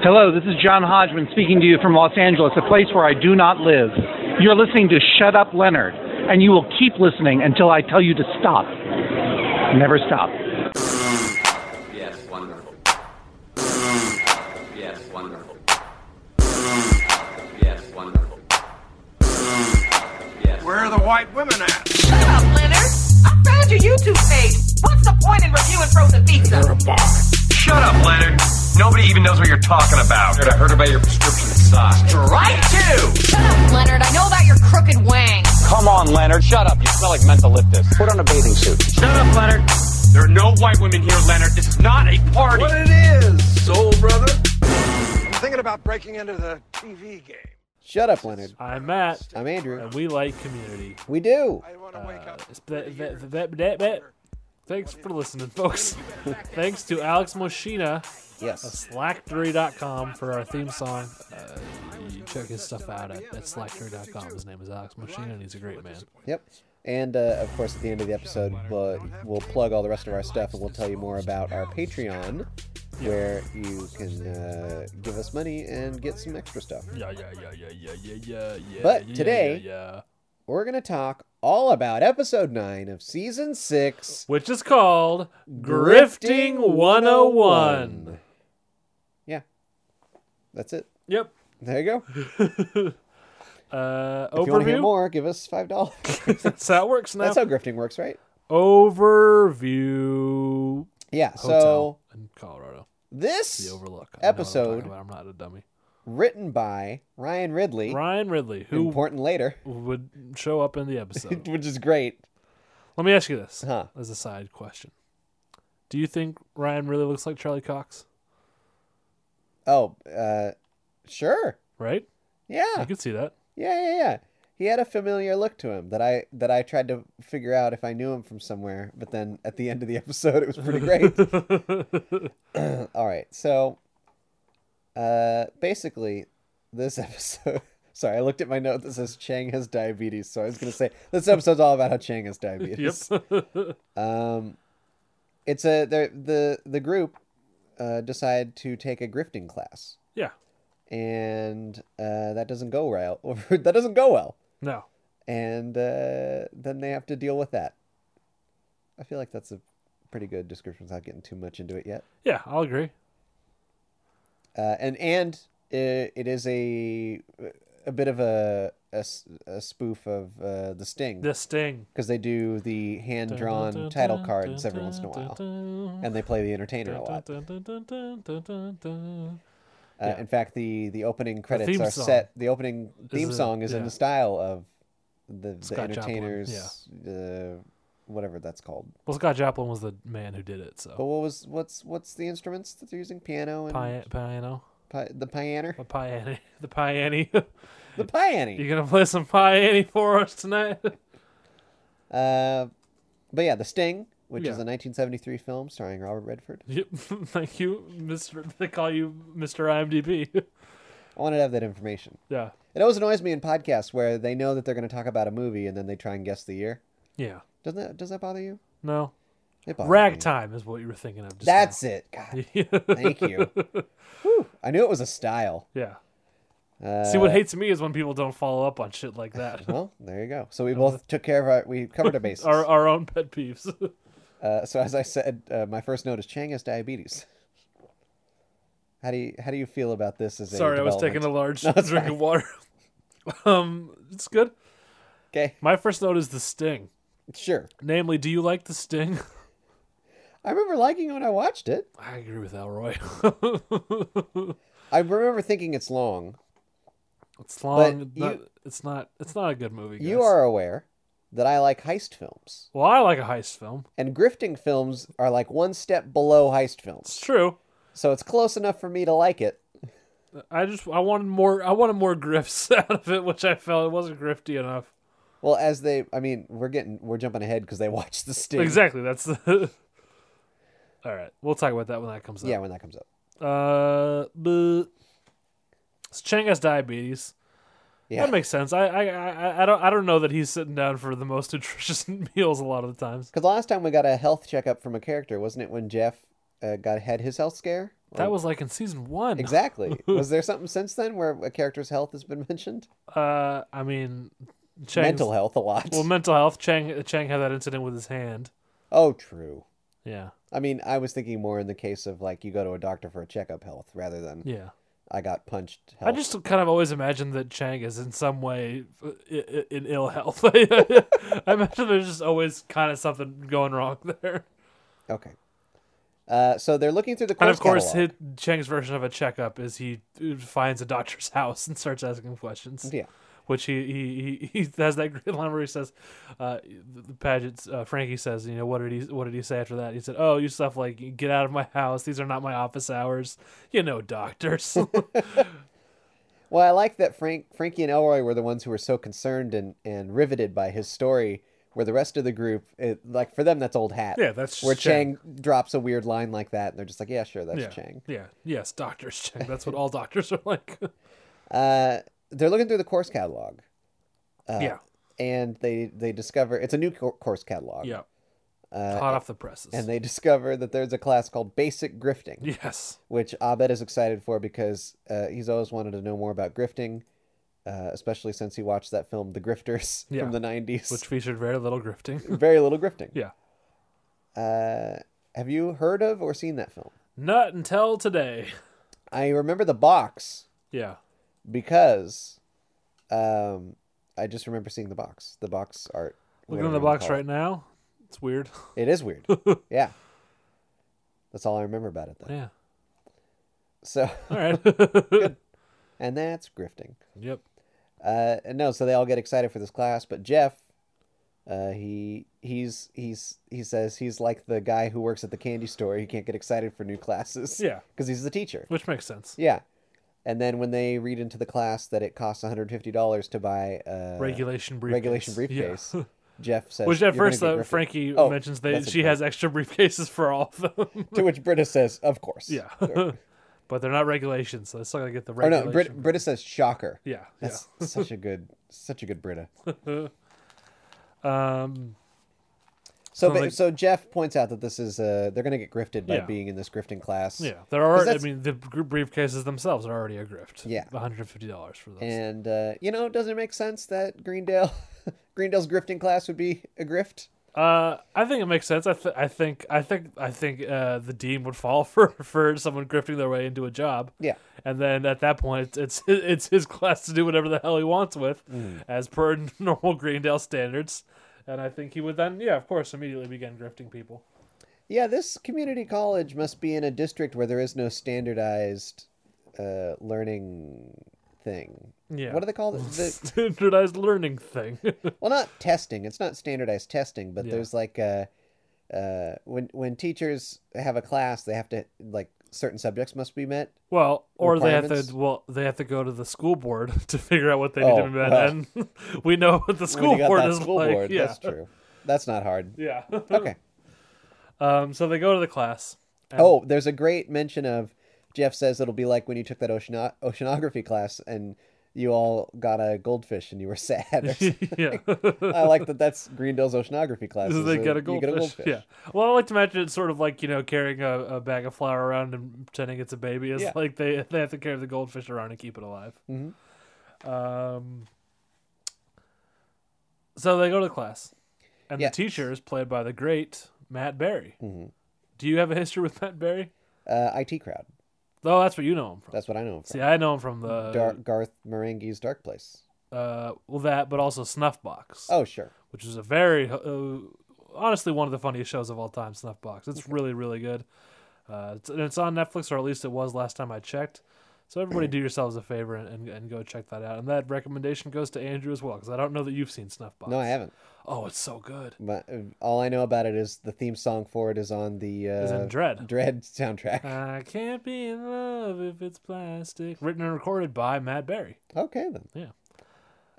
Hello, this is John Hodgman speaking to you from Los Angeles, a place where I do not live. You're listening to Shut Up Leonard, and you will keep listening until I tell you to stop. Never stop. Yes, wonderful. Yes, wonderful. Yes, wonderful. Yes. Where are the white women at? Shut up, Leonard. I found your YouTube page. What's the point in reviewing frozen pizza? Shut up, Leonard. Nobody even knows what you're talking about. I heard about your prescription sauce. Right to! Shut up, Leonard. I know about your crooked wang. Come on, Leonard. Shut up. You smell like mentholyptus. Put on a bathing suit. Shut up, Leonard. There are no white women here, Leonard. This is not a party. What it is, soul brother. I'm thinking about breaking into the TV game. Shut up, Leonard. I'm Matt, I'm Andrew. and we like community. We do. I want to wake up. It's that- that- that- that- that- Thanks for listening, folks. Thanks to Alex Moschina of Yes. slackdory.com for our theme song. Uh, you check his stuff out at, at slackdory.com. His name is Alex Moschina, and he's a great man. Yep. And uh, of course, at the end of the episode, we'll, we'll plug all the rest of our stuff, and we'll tell you more about our Patreon, where you can uh, give us money and get some extra stuff. Yeah, yeah, yeah, yeah, yeah, yeah, yeah, yeah. But yeah, yeah, today- yeah, yeah. We're gonna talk all about episode nine of season six, which is called Grifting 101. Yeah. That's it. Yep. There you go. If Uh, you want to hear overview. more, give us five dollars. That's how it works now. That's how grifting works, right? overview. Yeah. So Hotel in Colorado. this The Overlook. I know what I'm episode- talking about. I'm not a dummy. written by Ryan Ridley, Ryan Ridley, who important later, would show up in the episode. which is great. Let me ask you this Huh. as a side question: Do you think Ryan really looks like Charlie Cox? Oh, uh, sure. Right? I Yeah. could see that. Yeah, yeah, yeah. He had a familiar look to him that I that I tried to figure out if I knew him from somewhere, but then at the end of the episode it was pretty great. All right. So uh basically this episode Sorry, I looked at my note that says Chang has diabetes, so I was going to say this episode's all about how Chang has diabetes. Um it's a they're- the the group uh decide to take a grifting class Yeah. and uh, that doesn't go well. that doesn't go well, No. and uh, then they have to deal with that. I feel like that's a pretty good description without getting too much into it yet. Yeah, I'll agree. Uh, and and it, it is a a bit of a a, s- a spoof of uh, the Sting The Sting. because they do the hand drawn title cards every once in a while, and they play the Entertainer a lot. Uh, In fact, the the opening credits theme are song set. The opening theme a- song is in yeah. the style of the, the Scott Joplin, entertainers, uh, whatever that's called. Well, Scott Joplin was the man who did it, But so what was what's what's the instruments that they're using? Piano Oh, and Pi- piano, pi- the pianer, a piano, the piano. the piani. you gonna play some piano for us tonight? Uh, but yeah, the Sting, which is Yeah. a 1973 film starring Robert Redford. Yep. Thank you, Mister. They call you Mister IMDb. I wanted to have that information. yeah. It always annoys me in podcasts where they know that they're going to talk about a movie and then they try and guess the year. Yeah. Doesn't that does that bother you? No. It bothers me. Ragtime is what you were thinking of. Just That's it. God, now. thank you. Whew, I knew it was a style. yeah. Uh, See, what hates me is when people don't follow up on shit like that. Well, there you go. So we both took care of our. We covered our bases. our our own pet peeves. uh, so as I said, uh, my first note is Chang has diabetes. How do you how do you feel about this? As Sorry, a I was taking a development? large it's drink fine. of water. um, it's good. Okay, My first note is the sting. sure. Namely, do you like the sting? I remember liking it when I watched it. I agree with Elroy. I remember thinking it's long. it's long. But not- you- it's not. It's not a good movie. You guys. are aware that I like heist films, Well, I like a heist film. and grifting films are like one step below heist It's films. true. So it's close enough for me to like it. I just I wanted more I wanted more grifts out of it, which I felt it wasn't grifty enough. Well, as they, I mean, we're getting we're jumping ahead because they watched the sting. Exactly. That's the All right. We'll talk about that when that comes up. Yeah, when that comes up. Uh but so Chang has diabetes. Yeah. That makes sense. I, I I I don't I don't know that he's sitting down for the most nutritious meals a lot of the times. Because last time we got a health checkup from a character, wasn't it when Jeff uh, got had his health scare? That was like in season one. Exactly. was there something since then where a character's health has been mentioned? Uh, I mean, Chang's, Mental health a lot. Well, mental health. Chang Chang had that incident with his hand. oh, true. Yeah. I mean, I was thinking more in the case of like you go to a doctor for a checkup health rather than Yeah. I got punched I health. just kind of always imagine that Chang is in some way uh, i- i- in ill health. I imagine there's just always kind of something going wrong there. Okay. Uh, so they're looking through the course And of course, catalog. his, Chang's version of a checkup is he uh, finds a doctor's house and starts asking questions. Yeah. Which he he, he, he has that great line where he says, uh, the the Paget's uh, Frankie says, you know, what did he what did he say after that? He said, oh, you stuff like get out of my house. These are not my office hours. You know, doctors. Well, I like that Frank, Frankie, and Elroy were the ones who were so concerned and, and riveted by his story. Where the rest of the group, it, like for them, that's old hat. Yeah, that's where Chang. Chang. drops a weird line like that, and they're just like, "Yeah, sure, that's yeah. Chang." Yeah. Yes, doctors. Chang. That's what all doctors are like. Uh, they're looking through the course catalog, Uh, yeah. and they they discover it's a new cour course catalog. Yeah. Hot off the presses. uh, And they discover that there's a class called Basic Grifting. yes. which Abed is excited for because uh, he's always wanted to know more about grifting, uh, especially since he watched that film, The Grifters, Yeah. from the 90s. Which featured very little grifting. Very little grifting. yeah. Uh, have you heard of or seen that film? Not until today. I remember the box Yeah. because um, I just remember seeing the box, the box art. Looking in the box right now, it's weird. It is weird. yeah. That's all I remember about it then. Yeah. So, All right. and that's grifting. yep. Uh, and no, so they all get excited for this class, but Jeff, uh, he he's he's he says he's like the guy who works at the candy store. He can't get excited for new classes. Yeah. because he's the teacher. Which makes sense. Yeah, and then when they read into the class that it costs one hundred fifty dollars to buy a regulation briefcase. regulation briefcase, Jeff says. Which at "You're gonna first get uh, grifted." Frankie Oh, mentions that that's a she great- has extra briefcases for all of them. To which Britta says, "Of course." yeah. but they're not regulations, so it's not gonna get the Or Oh, no, regulation. Brit- Britta says, "Shocker." yeah. Yeah. That's such a good, such a good Britta. Um So, So, ba- like- so Jeff points out that this is uh, they're going to get grifted by Yeah. being in this grifting class. yeah. There 'Cause are I that's- mean the gr- briefcases themselves are already a grift. Yeah. hundred and fifty dollars for those. And uh, you know, doesn't it make sense that Greendale, Greendale's grifting class would be a grift? Uh, I think it makes sense. I, th- I think I think I think uh, the dean would fall for for someone grifting their way into a job. Yeah. and then at that point, it's it's, it's his class to do whatever the hell he wants with, Mm. as per normal Greendale standards. And I think he would then, yeah, of course, immediately begin grifting people. Yeah, this community college must be in a district where there is no standardized uh, learning thing. Yeah. What do they call it? The, Standardized learning thing. well, not testing. It's not standardized testing, but Yeah. there's like uh, uh, when when teachers have a class, they have to like certain subjects must be met. well, or they have Requirements? to well they have to go to the school board to figure out what they need Oh, to be met, well. and we know what the When school you got board that is school like. board, yeah, that's true. That's not hard. yeah. Okay. um, so they go to the class. and- Oh, there's a great mention of Jeff says it'll be like when you took that oceano- oceanography class and you all got a goldfish and you were sad. or something. yeah. I like that. That's Greendale's oceanography class. Because is they get a you goldfish. Yeah. Well, I like to imagine it's sort of like you know carrying a, a bag of flour around and pretending it's a baby. It's Yeah. like they they have to carry the goldfish around and keep it alive. Um. So they go to class, and Yeah. the teacher is played by the great Matt Berry. Do you have a history with Matt Berry? Uh, IT crowd. Oh, that's what you know him from. That's what I know him from. See, uh, I know him from the Dar- Garth Marenghi's Dark Place. uh, well that, but also Snuffbox. Oh, sure. which is a very uh, honestly one of the funniest shows of all time snuffbox it's really really good uh, it's, and it's on netflix or at least it was last time i checked so Mm. everybody do yourselves a favor and, and, and go check that out and that recommendation goes to andrew as well because i don't know that you've seen snuffbox No, I haven't. oh it's so good But uh, all I know about it is the theme song for it is on the uh, in Dread. Dread soundtrack. i can't be in love if it's plastic written and recorded by matt berry Okay then. yeah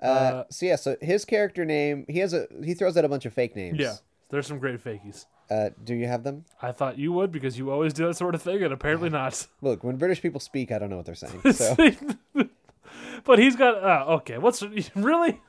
Uh, so yeah, so his character name he has a he throws out a bunch of fake names. yeah there's some great fakies Uh, do you have them? i thought you would because you always do that sort of thing and apparently not Look, when British people speak, I don't know what they're saying. So, but he's got uh, okay what's really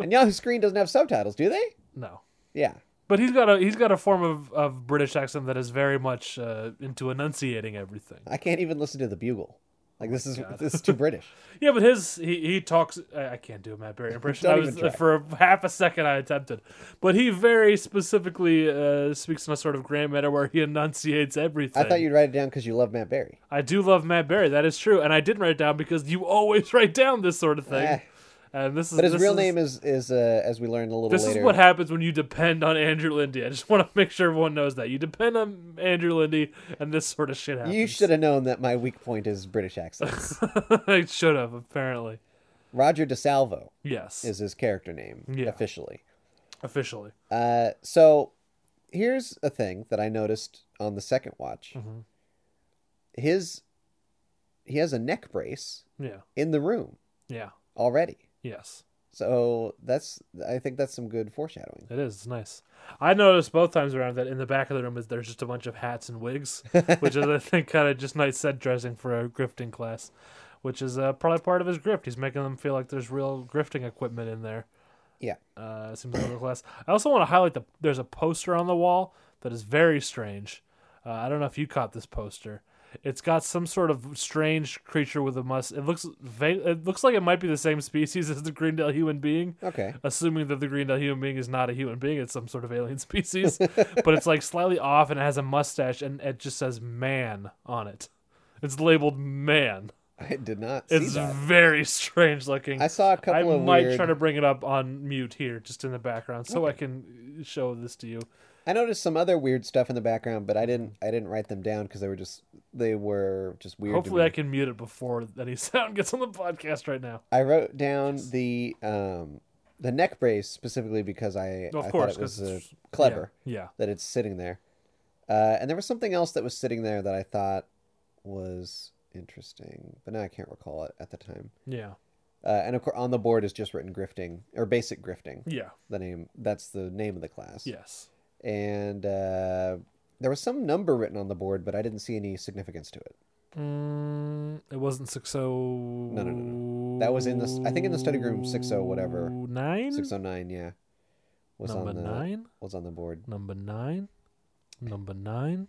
and Yahoo Screen doesn't have subtitles, do they? no Yeah, But he's got a he's got a form of, of British accent that is very much uh, into enunciating everything. I can't even listen to the bugle. Oh Like this is this is too British. Yeah, but his he, he talks. I I can't do a Matt Berry impression. I Don't was even try. for half a second I attempted, but he very specifically uh, speaks in a sort of grand manner where he enunciates everything. I thought you'd write it down because you love Matt Berry. I do love Matt Berry. That is true, and I did write it down because you always write down this sort of thing. Eh. And this is But his this real is- name is is uh, as we learned a little This later. is what happens when you depend on Andrew Lindy. I just want to make sure everyone knows that you depend on Andrew Lindy, and this sort of shit happens. you should have known that my weak point is British accents. I should have apparently. Roger DeSalvo Yes, is his character name Yeah. officially. officially. Uh, so here's a thing that I noticed on the second watch. Mm-hmm. His he has a neck brace Yeah, in the room yeah, already. yes. So that's I think that's some good foreshadowing. It is. It's nice. I noticed both times around that in the back of the room is there's just a bunch of hats and wigs, which is I think kind of just nice set dressing for a grifting class, which is uh, probably part of his grift. He's making them feel like there's real grifting equipment in there. Yeah. Uh, it seems like a class. I also want to highlight the there's a poster on the wall that is very strange. Uh, I don't know if you caught this poster. It's got some sort of strange creature with a must. It looks va- it looks like it might be the same species as the Greendale human being Okay. assuming that the green Dot human being is not a human being, it's some sort of alien species. but it's like slightly off and it has a mustache and it just says man on it. It's labeled man. I did not see It's that. very strange looking. I saw a couple I of might weird- try to bring it up on mute here, just in the background, so I can show this to you. I noticed some other weird stuff in the background, but I didn't I didn't write them down because they were just they were just weird. to Hopefully, me. I can mute it before any sound gets on the podcast right now. I wrote down the um the neck brace specifically because I, Of I course, thought it was 'cause uh, it's- clever Yeah. that it's sitting there. Uh, and there was something else that was sitting there that I thought was interesting, but now I can't recall it at the time. Yeah. Uh, and of course, on the board is just written grifting or basic grifting. Yeah. The name that's the name of the class. Yes. And uh, there was some number written on the board, but I didn't see any significance to it. Mm, it wasn't six oh. no, no. That was in the I think in the study room six oh whatever Nine. six oh nine yeah was Mm. Number on the nine? was on the board. Number nine. Number nine.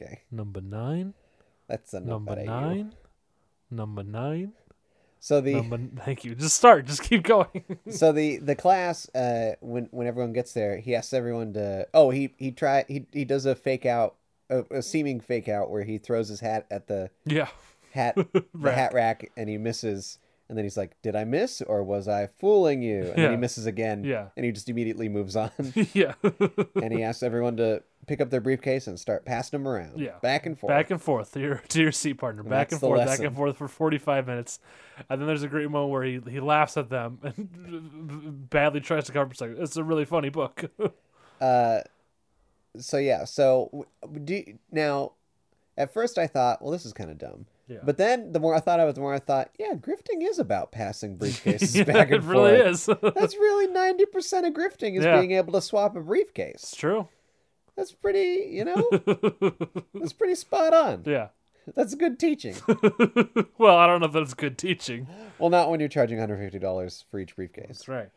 Okay, Number nine. that's enough. Number out of you. nine. Number nine. So the Number. Thank you. Just start. Just keep going. so the the class uh when when everyone gets there he asks everyone to oh he he try he he does a fake out a, a seeming fake out where he throws his hat at the yeah. hat the hat rack and he misses and then he's like did I miss or was I fooling you and then Yeah. he misses again Yeah. and he just immediately moves on yeah. and he asks everyone to pick up their briefcase and start passing them around Yeah. back and forth Back and forth to your to your seat partner. Back that's and the forth. Back lesson. and forth for forty five minutes, and then there's a great moment where he he laughs at them and badly tries to cover. It's like it's a really funny book. so yeah so w- do you- now at first i thought well this is kind of dumb Yeah. but then the more i thought of it the more i thought yeah grifting is about passing briefcases back and it really forth is. that's really 90% of grifting is Yeah. being able to swap a briefcase it's true. that's pretty you know that's pretty spot on Yeah. that's good teaching Well, I don't know if that's good teaching. well not when you're charging $150 for each briefcase That's right.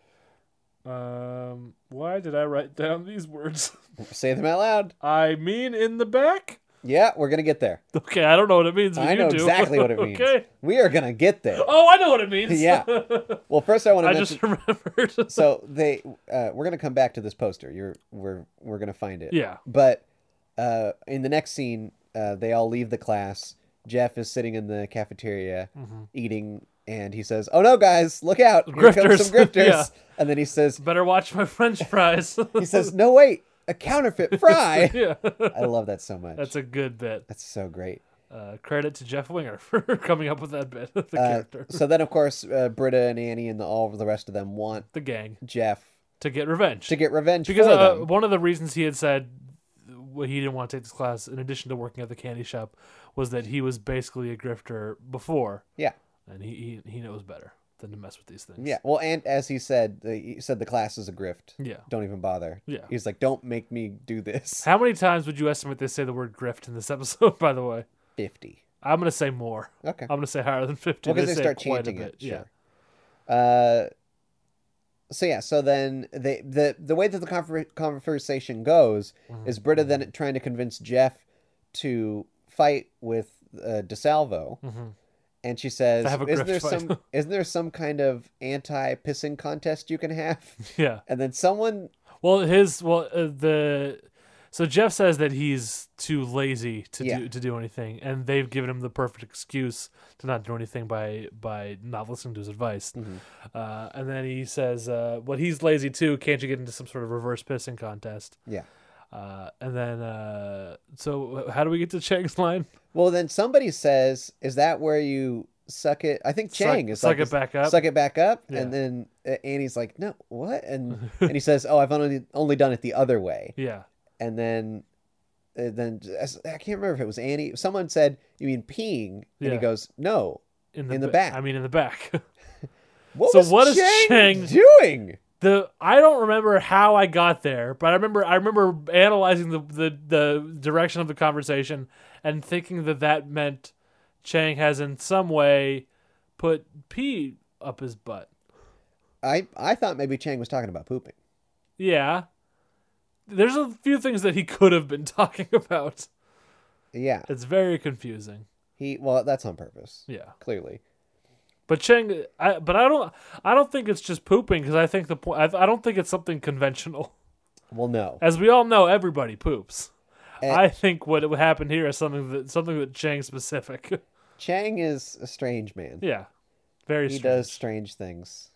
Um, why did I write down these words? say them out loud I mean, in the back. yeah we're gonna get there Okay, I don't know what it means. But i you know do. exactly what it means okay. we are gonna get there Oh, I know what it means. yeah well first i want to I mention just remembered. so they uh, we're gonna come back to this poster you're we're we're gonna find it Yeah. but uh, in the next scene uh, they all leave the class jeff is sitting in the cafeteria Mm-hmm. eating and he says oh no guys look out here comes some Grifters." grifters Yeah. and then he says Better watch my French fries. he says no wait a counterfeit fry yeah, i love that so much that's a good bit. that's so great Uh, credit to Jeff Winger for coming up with that bit. The character, Uh, so then of course uh, britta and annie and the, all of the rest of them want the gang, jeff to get revenge. to get revenge because for uh, them one of the reasons he had said well, he didn't want to take this class, in addition to working at the candy shop, was that he was basically a grifter before, yeah and he he, he knows better than to mess with these things. Yeah, well, and as he said, the, he said the class is a grift. Yeah. Don't even bother. Yeah. He's like, don't make me do this. How many times would you estimate they say the word grift in this episode? By the way, 50. I'm gonna say more. Okay. I'm gonna say higher than fifty. Well, because they say start quite a chanting bit, it. Yeah. Sure. Uh, so yeah, so then they the the way that the conver- conversation goes is Britta Mm-hmm. then trying to convince Jeff to fight with uh, DeSalvo, and she says, Mm-hmm. To have a "Isn't grift there fight." some isn't there some kind of anti pissing contest you can have?" Yeah. And then someone, Well, his well uh, the so Jeff says that he's too lazy to Yeah. do to do anything, and they've given him the perfect excuse to not do anything by by not listening to his advice. Mm-hmm. Uh, and then he says, uh, "Well, he's lazy too. Can't you get into some sort of reverse pissing contest?" yeah. Uh, and then uh, so how do we get to Chang's line? Well, then somebody says, "Is that where you suck it?" I think Suck- Chang is like, suck it back up? suck it back up, Yeah. and then uh, Annie's like, "No, what?" And and he says, "Oh, I've only only done it the other way." Yeah, and then uh, then I can't remember if it was Annie. Someone said, "You mean peeing?" And he Yeah. goes, "No." In the ba- back. I mean, in the back. What So was what is Chang Chang- doing? the I don't remember how I got there, but I remember I remember analyzing the, the, the direction of the conversation and thinking that that meant Chang has in some way put pee up his butt. I I thought maybe Chang was talking about pooping. Yeah, there's a few things that he could have been talking about. Yeah, It's very confusing. he well that's on purpose. Yeah, Clearly, but Chang, I, but I don't I don't think it's just pooping because I think the point I, I don't think it's something conventional. well no, As we all know, everybody poops. Eh. I think what what happened here is something that something that Chang specific. Chang is a strange man. yeah, very he strange. does strange things.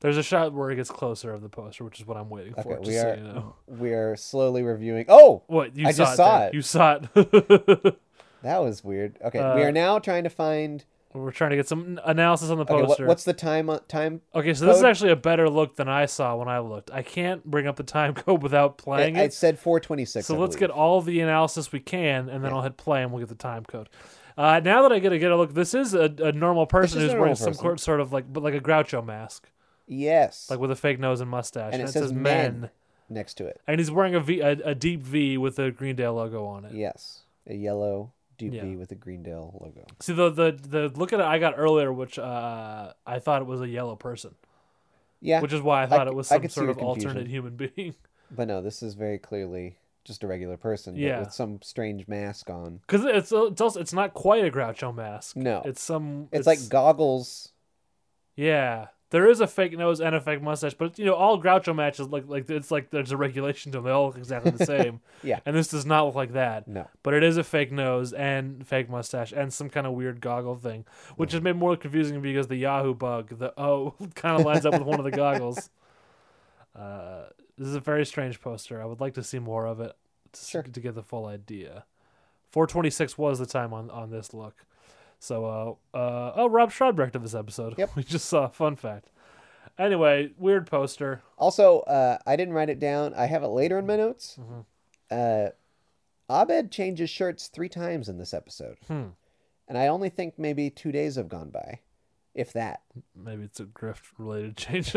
There's a shot where it gets closer of the poster, which is what I'm waiting Okay, for. Just we so are you know. we are slowly reviewing. Oh, What you I saw just it saw there. it. You saw it. that was weird. Okay, we Uh, are now trying to find. We're trying to get some analysis on the Okay, what, poster. Oh, what's the time on time? Okay, so this is code? actually a better look than I saw when I looked. I can't bring up the time code without playing It, it. it said four twenty six. So let's get all the analysis we can, and then I'll hit play, and we'll get the time code. Uh, now that I get a get a look, this is a, a normal person is who's a wearing normal some person. sort sort of like, but like a Groucho mask, yes, like with a fake nose and mustache, and it, says, men, next to it. and he's wearing a V, a, a deep V with a Greendale logo on it. Yes, a yellow DP Yeah. with a Greendale logo. See the the the look at it I got earlier, which uh, I thought it was a yellow person, Yeah, which is why I thought it c- was I some could see sort the of alternate confusion. human being. but no, this is very clearly just a regular person, Yeah. but with some strange mask on. Because it's it's also it's not quite a Groucho mask. No. it's some. It's, like goggles. Yeah, there is a fake nose and a fake mustache, but you know all Groucho matches look like it's like there's a regulation to them; they all look exactly the same. Yeah. and this does not look like that. No. but it is a fake nose and fake mustache and some kind of weird goggle thing, which Mm. is made more confusing because the Yahoo bug, the O, kind of lines up with one of the goggles. Uh, this is a very strange poster. I would like to see more of it to, Sure. to get the full idea. 426 was the time on on this look. So, uh, uh, oh, Rob Schraub directed this episode. Yep. We just saw a fun fact. Anyway, weird poster. Also, uh, I didn't write it down. I have it later in my notes. Mm-hmm. Uh, Abed changes shirts three times in this episode, Hmm. and I only think maybe two days have gone by, if that. Maybe it's a grift related change.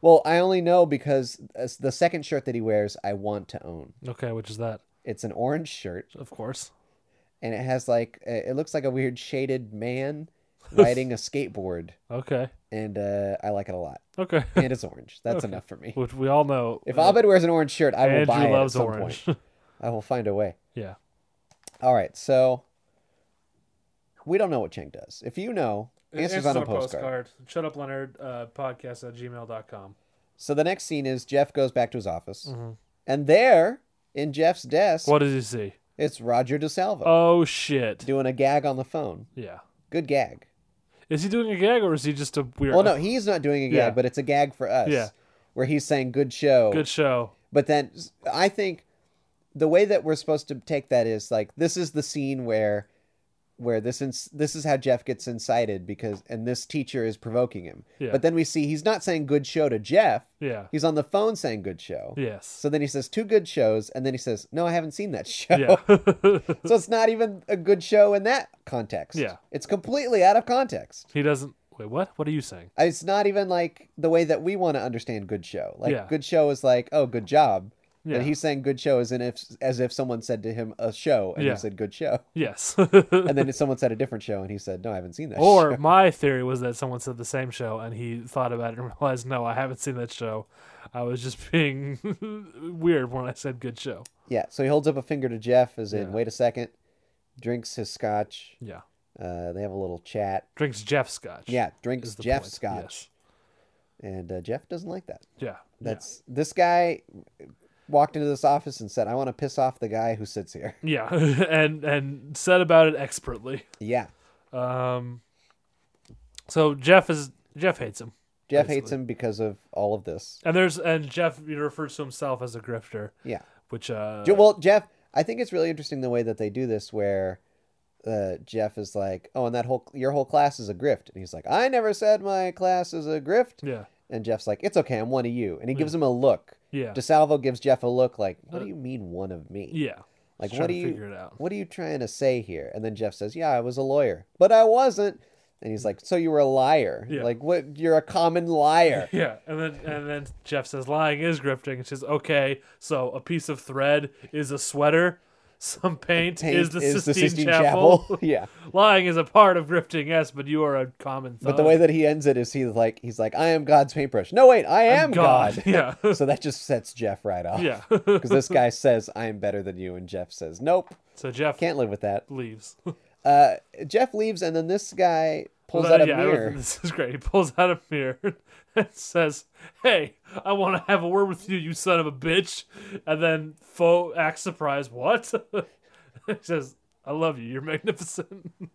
Well, I only know because uh, the second shirt that he wears, I want to own. okay, which is that, It's an orange shirt. of course. and it has like uh, it looks like a weird shaded man riding a skateboard Okay. and uh, i like it a lot Okay. and it's orange that's enough for me which we all know. if uh, abed wears an orange shirt i will Andrew buy it loves at some orange. point i will find a way yeah. all right so we don't know what cheng does if you know answers on a postcard. Shut up, Leonard. Uh, podcast at gmail.com. so the next scene is jeff goes back to his office and there in jeff's desk Mm-hmm. What does he see? it's roger desalvo Oh shit. doing a gag on the phone yeah. good gag Is he doing a gag or is he just a weird? well no he's not doing a gag Yeah. but it's a gag for us Yeah. where he's saying good show Good show. But then s- I think the way that we're supposed to take that is like this is the scene where where this ins- this is how Jeff gets incited because and this teacher is provoking him. Yeah. But then we see he's not saying good show to Jeff. Yeah. He's on the phone saying good show. Yes. So then he says two good shows and then he says, "No, I haven't seen that show." yeah. so it's not even a good show in that context. Yeah. It's completely out of context. he doesn't. Wait, what? What are you saying? It's not even like the way that we want to understand good show. Like Yeah. good show is like, "Oh, good job." Yeah. And he's saying good show as, in if, as if someone said to him a show and Yeah. he said good show. Yes. And then someone said a different show and he said, no, I haven't seen that show. or my theory was that someone said the same show and he thought about it and realized, no, I haven't seen that show. I was just being weird when I said good show. Yeah, so he holds up a finger to Jeff as in, Yeah. wait a second, drinks his scotch. Yeah. Uh, they have a little chat. Drinks Jeff Scotch. Yeah, is drinks the Jeff point. scotch. And uh, Jeff doesn't like that. Yes. Yeah. That's this guy walked into this office and said, "I want to piss off the guy who sits here." Yeah. and and said about it expertly. Yeah, Um so Jeff is Jeff hates him. Jeff hates him because of all of this. And there's and Jeff he refers to himself as a grifter, Yeah. which uh Je- well, Jeff, I think it's really interesting the way that they do this, where uh, Jeff is like, "Oh, and that whole your whole class is a grift," and he's like, "I never said my class is a grift." yeah. And Jeff's like, "It's okay, I'm one of you," and he gives him a look. Yeah. DeSalvo gives Jeff a look like, "What do you mean one of me?" Yeah. Like, Just what trying do to you figure it out. What are you trying to say here? And then Jeff says, "Yeah, I was a lawyer, but I wasn't." And he's like, "So you were a liar? Yeah. Like, what? You're a common liar." Yeah, and then and then Jeff says lying is grifting, and she says, "Okay, so a piece of thread is a sweater, some paint, Paint is the Sistine, Sistine Chapel. yeah. lying is a part of grifting, yes, but you are a common But thug. the way that he ends it is he's like, he's like, "I am God's paintbrush." No, wait, I am God. yeah, so that just sets Jeff right off. yeah. Because this guy says, "I am better than you," and Jeff says, "Nope, so Jeff can't live with that." leaves. Uh, Jeff leaves, and then this guy pulls Well, out a yeah, I don't mirror. think This is great. He pulls out a mirror and says, "Hey, I want to have a word with you, you son of a bitch." And then Fo acts surprised. What? he says, "I love you. You're magnificent."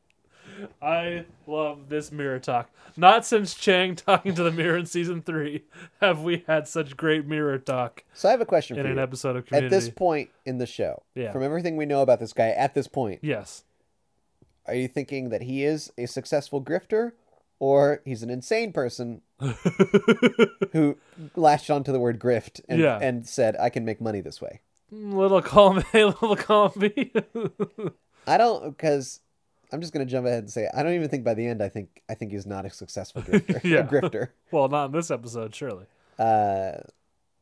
I love this mirror talk. Not since Chang talking to the mirror in season three have we had such great mirror talk So I have a question in for an you. episode of At Community. this point in the show, Yeah. from everything we know about this guy, at this point, yes, Are you thinking that he is a successful grifter or he's an insane person who latched onto the word grift and, Yeah. and said, I can make money this way? little column A, little column B. I don't, because I'm just going to jump ahead and say, I don't even think by the end, I think I think he's not a successful grifter. Yeah. a grifter. well, not in this episode, surely. Uh,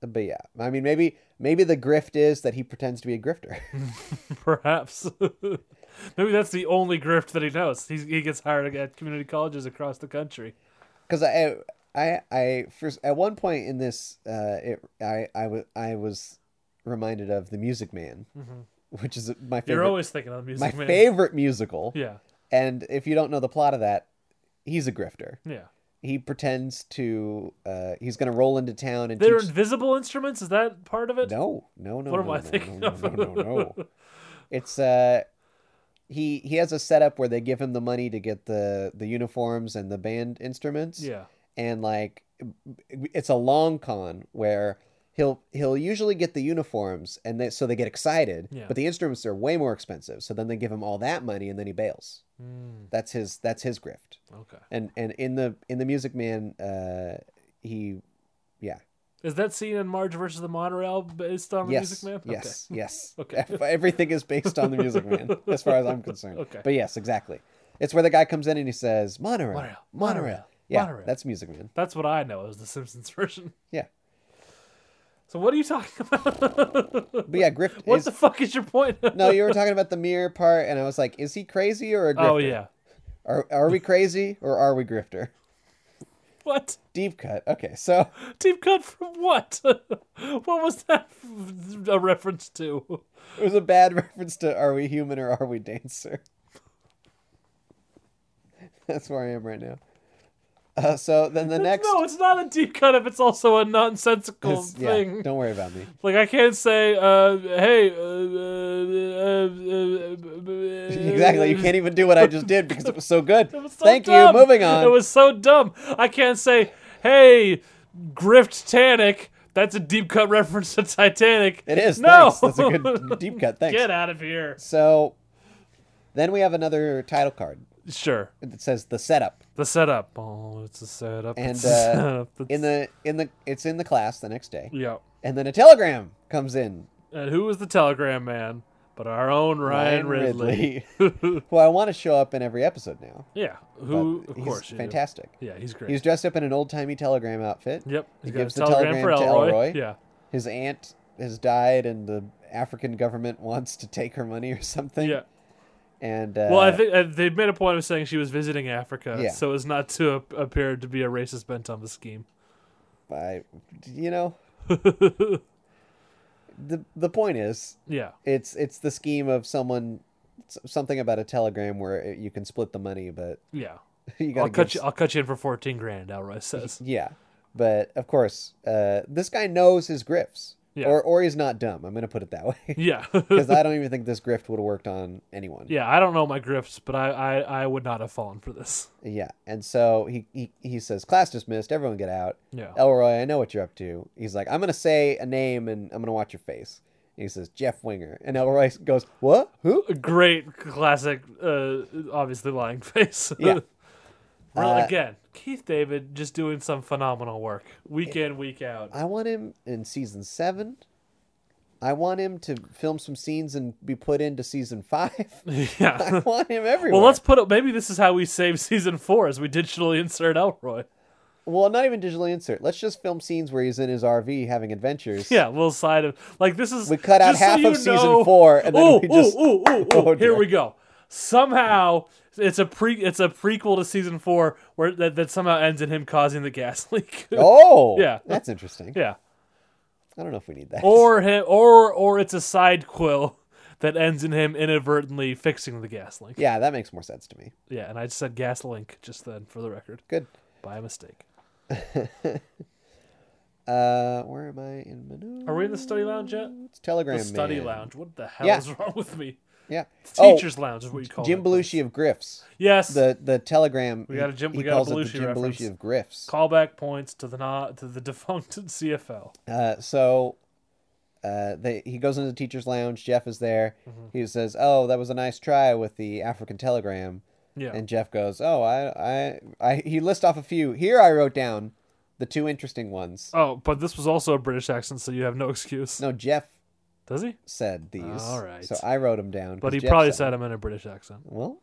but yeah, I mean, maybe maybe the grift is that he pretends to be a grifter. Perhaps. Maybe that's the only grift that he knows. He's, he gets hired at community colleges across the country. because I, I, I first at one point in this, uh, it, I, I was, I was reminded of the Music Man, which is my Mm-hmm. You're favorite, always thinking of the my music man. favorite musical. Yeah, And if you don't know the plot of that, he's a grifter. yeah. He pretends to, uh, he's gonna roll into town and They're teach. invisible instruments. Is that part of it? No, no, no. What am no, I no, thinking no, of? No, no, no, no. It's uh, he he has a setup where they give him the money to get the the uniforms and the band instruments. Yeah, and like it's a long con where he'll he'll usually get the uniforms and they, so they get excited Yeah. but the instruments are way more expensive so then they give him all that money and then he bails Hmm. that's his that's his grift okay. and and in the in the music man uh he yeah Is that scene in Marge versus the Monorail based on the yes music man? Okay. yes yes Okay. everything is based on the music man as far as i'm concerned Okay. but yes exactly it's where the guy comes in and he says monorail monorail Monorail, monorail, monorail, yeah monorail. that's music man That's what I know is the Simpsons version. yeah So what are you talking about? but yeah grift What is- the fuck is your point? No, you were talking about the mirror part, and I was like, is he crazy or a grifter? oh yeah. Are, are we crazy or are we grifter? What? Deep cut. Okay, so Deep cut from what? what was that a reference to? it was a bad reference to are we human or are we dancer? That's where I am right now. Uh, so then the next. No, it's not a deep cut if it's also a nonsensical is- yeah, thing. don't worry about me. like I can't say, uh, "Hey." Uh, uh, uh, uh, uh, Exactly. You can't even do what I just did because it was so good. It was so Thank dumb. you. Moving on. It was so dumb. I can't say, "Hey, Grift Tanic." That's a deep cut reference to Titanic. It is. No, Thanks. That's a good deep cut. Thanks. Get out of here. So then we have another title card Sure. that says the setup. The setup. Oh, it's a setup. and it's a uh, setup. It's- in the in the it's in the class the next day, yeah. and then a telegram comes in. And who was the Telegram Man? But our own Ryan, Ridley. Ridley, who I want to show up in every episode now. Yeah. but Who? Of he's course. you do. fantastic. Yeah, he's great. He's dressed up in an old timey telegram outfit. Yep. he got a gives the telegram, to Elroy. Yeah. His aunt has died and the African government wants to take her money or something. Yeah. And uh, Well, I think uh, they made a point of saying she was visiting Africa, Yeah. so as not to ap- appear to be a racist bent on the scheme. I, you know, the the point is, Yeah. it's it's the scheme of someone, s- something about a telegram where it, you can split the money, but Yeah. you got I'll to cut you. I'll cut you in for fourteen grand. Elroy says. Yeah, but of course, uh, this guy knows his grifts, Yeah. or or he's not dumb. I'm gonna put it that way, Yeah. because I don't even think this grift would have worked on anyone. yeah. I don't know my grifts, but I, I I would not have fallen for this. Yeah, and so he, he he says, "Class dismissed. Everyone get out." Yeah. Elroy, I know what you're up to. He's like, "I'm gonna say a name and I'm gonna watch your face." And he says, "Jeff Winger," and Elroy goes, "What? Who?" Great classic. Uh, obviously lying face. Yeah. Well, Uh, again, Keith David just doing some phenomenal work week in week out. I want him in season seven. I want him to film some scenes and be put into season five. yeah. I want him everywhere. Well, let's put up. Maybe this is how we save season four, as we digitally insert Elroy. Well, not even digitally insert. Let's just film scenes where he's in his RV having adventures. Yeah, little side of like this is. We cut out just so half of you season know- four, and then ooh, we just- ooh, ooh, ooh, ooh. Oh, here dear. we go. Somehow it's a pre it's a prequel to season four where that, that somehow ends in him causing the gas leak. Oh, Yeah. That's interesting. yeah, I don't know if we need that. or him, or or it's a side quill that ends in him inadvertently fixing the gas leak. yeah, that makes more sense to me. yeah, and I just said gas link just then for the record Good. by mistake. Uh, where am I in menu? Are we in the study lounge yet? It's Telegram The study Man. lounge. What the hell Yeah. is wrong with me? Yeah. Teachers lounge is what you oh, call Jim it. Belushi of Grifts. Yes. The the Telegram. We got a Jim- He we got a calls Belushi it the Jim reference. Belushi of Grifts. callback points to the not to the defunct CFL. Uh, so uh, they, he goes into the teacher's lounge. Jeff is there. Mm-hmm. He says, "Oh, that was a nice try with the African telegram." Yeah. And Jeff goes, "Oh, I, I, I." He lists off a few. Here, I wrote down the two interesting ones. Oh, but this was also a British accent, so you have no excuse. No, Jeff Does he? said these. All right. So I wrote them down. But 'cause he Jeff probably said 'em. said him in a British accent. Well,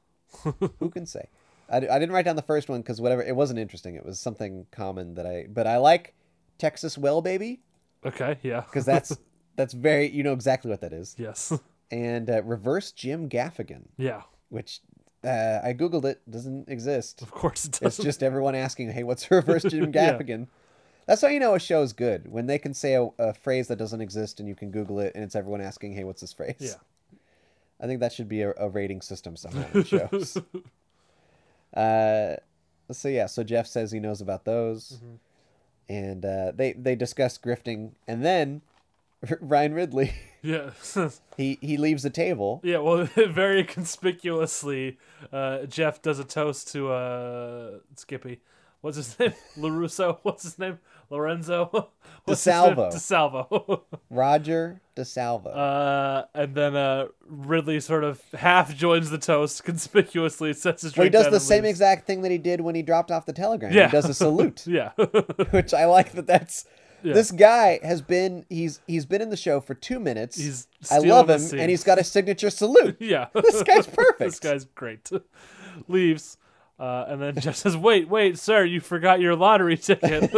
who can say? I, d- I didn't write down the first one because whatever it wasn't interesting. It was something common that I. But I like Texas well, baby, Okay, yeah. because that's that's very you know exactly what that is. Yes. and uh, reverse Jim Gaffigan, Yeah. which uh, I googled it doesn't exist. Of course it It's does. just everyone asking, "Hey, what's reverse Jim Yeah. Gaffigan?" That's how you know a show's good when they can say a, a phrase that doesn't exist and you can Google it, and it's everyone asking, "Hey, what's this phrase?" Yeah. I think that should be a, a rating system somehow in shows. uh, so yeah, so Jeff says he knows about those, Mm-hmm. and uh, they they discuss grifting, and then Ryan Ridley Yeah. he he leaves the table. yeah, well, very conspicuously, uh, Jeff does a toast to uh, Skippy. What's his name? LaRusso? What's his name? Lorenzo? What's his name? DeSalvo. DeSalvo. Roger DeSalvo. Uh, and then uh, Ridley sort of half joins the toast conspicuously, sets his well, he drink does down the and same leaves. exact thing that he did when he dropped off the telegram. Yeah. He does a salute, Yeah. which I like that that's this guy has been he's he's been in the show for 2 minutes. He's I stealing love the him scene. and he's got a signature salute. yeah. This guy's perfect. this guy's great. Leaves. Uh, and then Jeff says, "Wait, wait, sir, you forgot your lottery ticket,"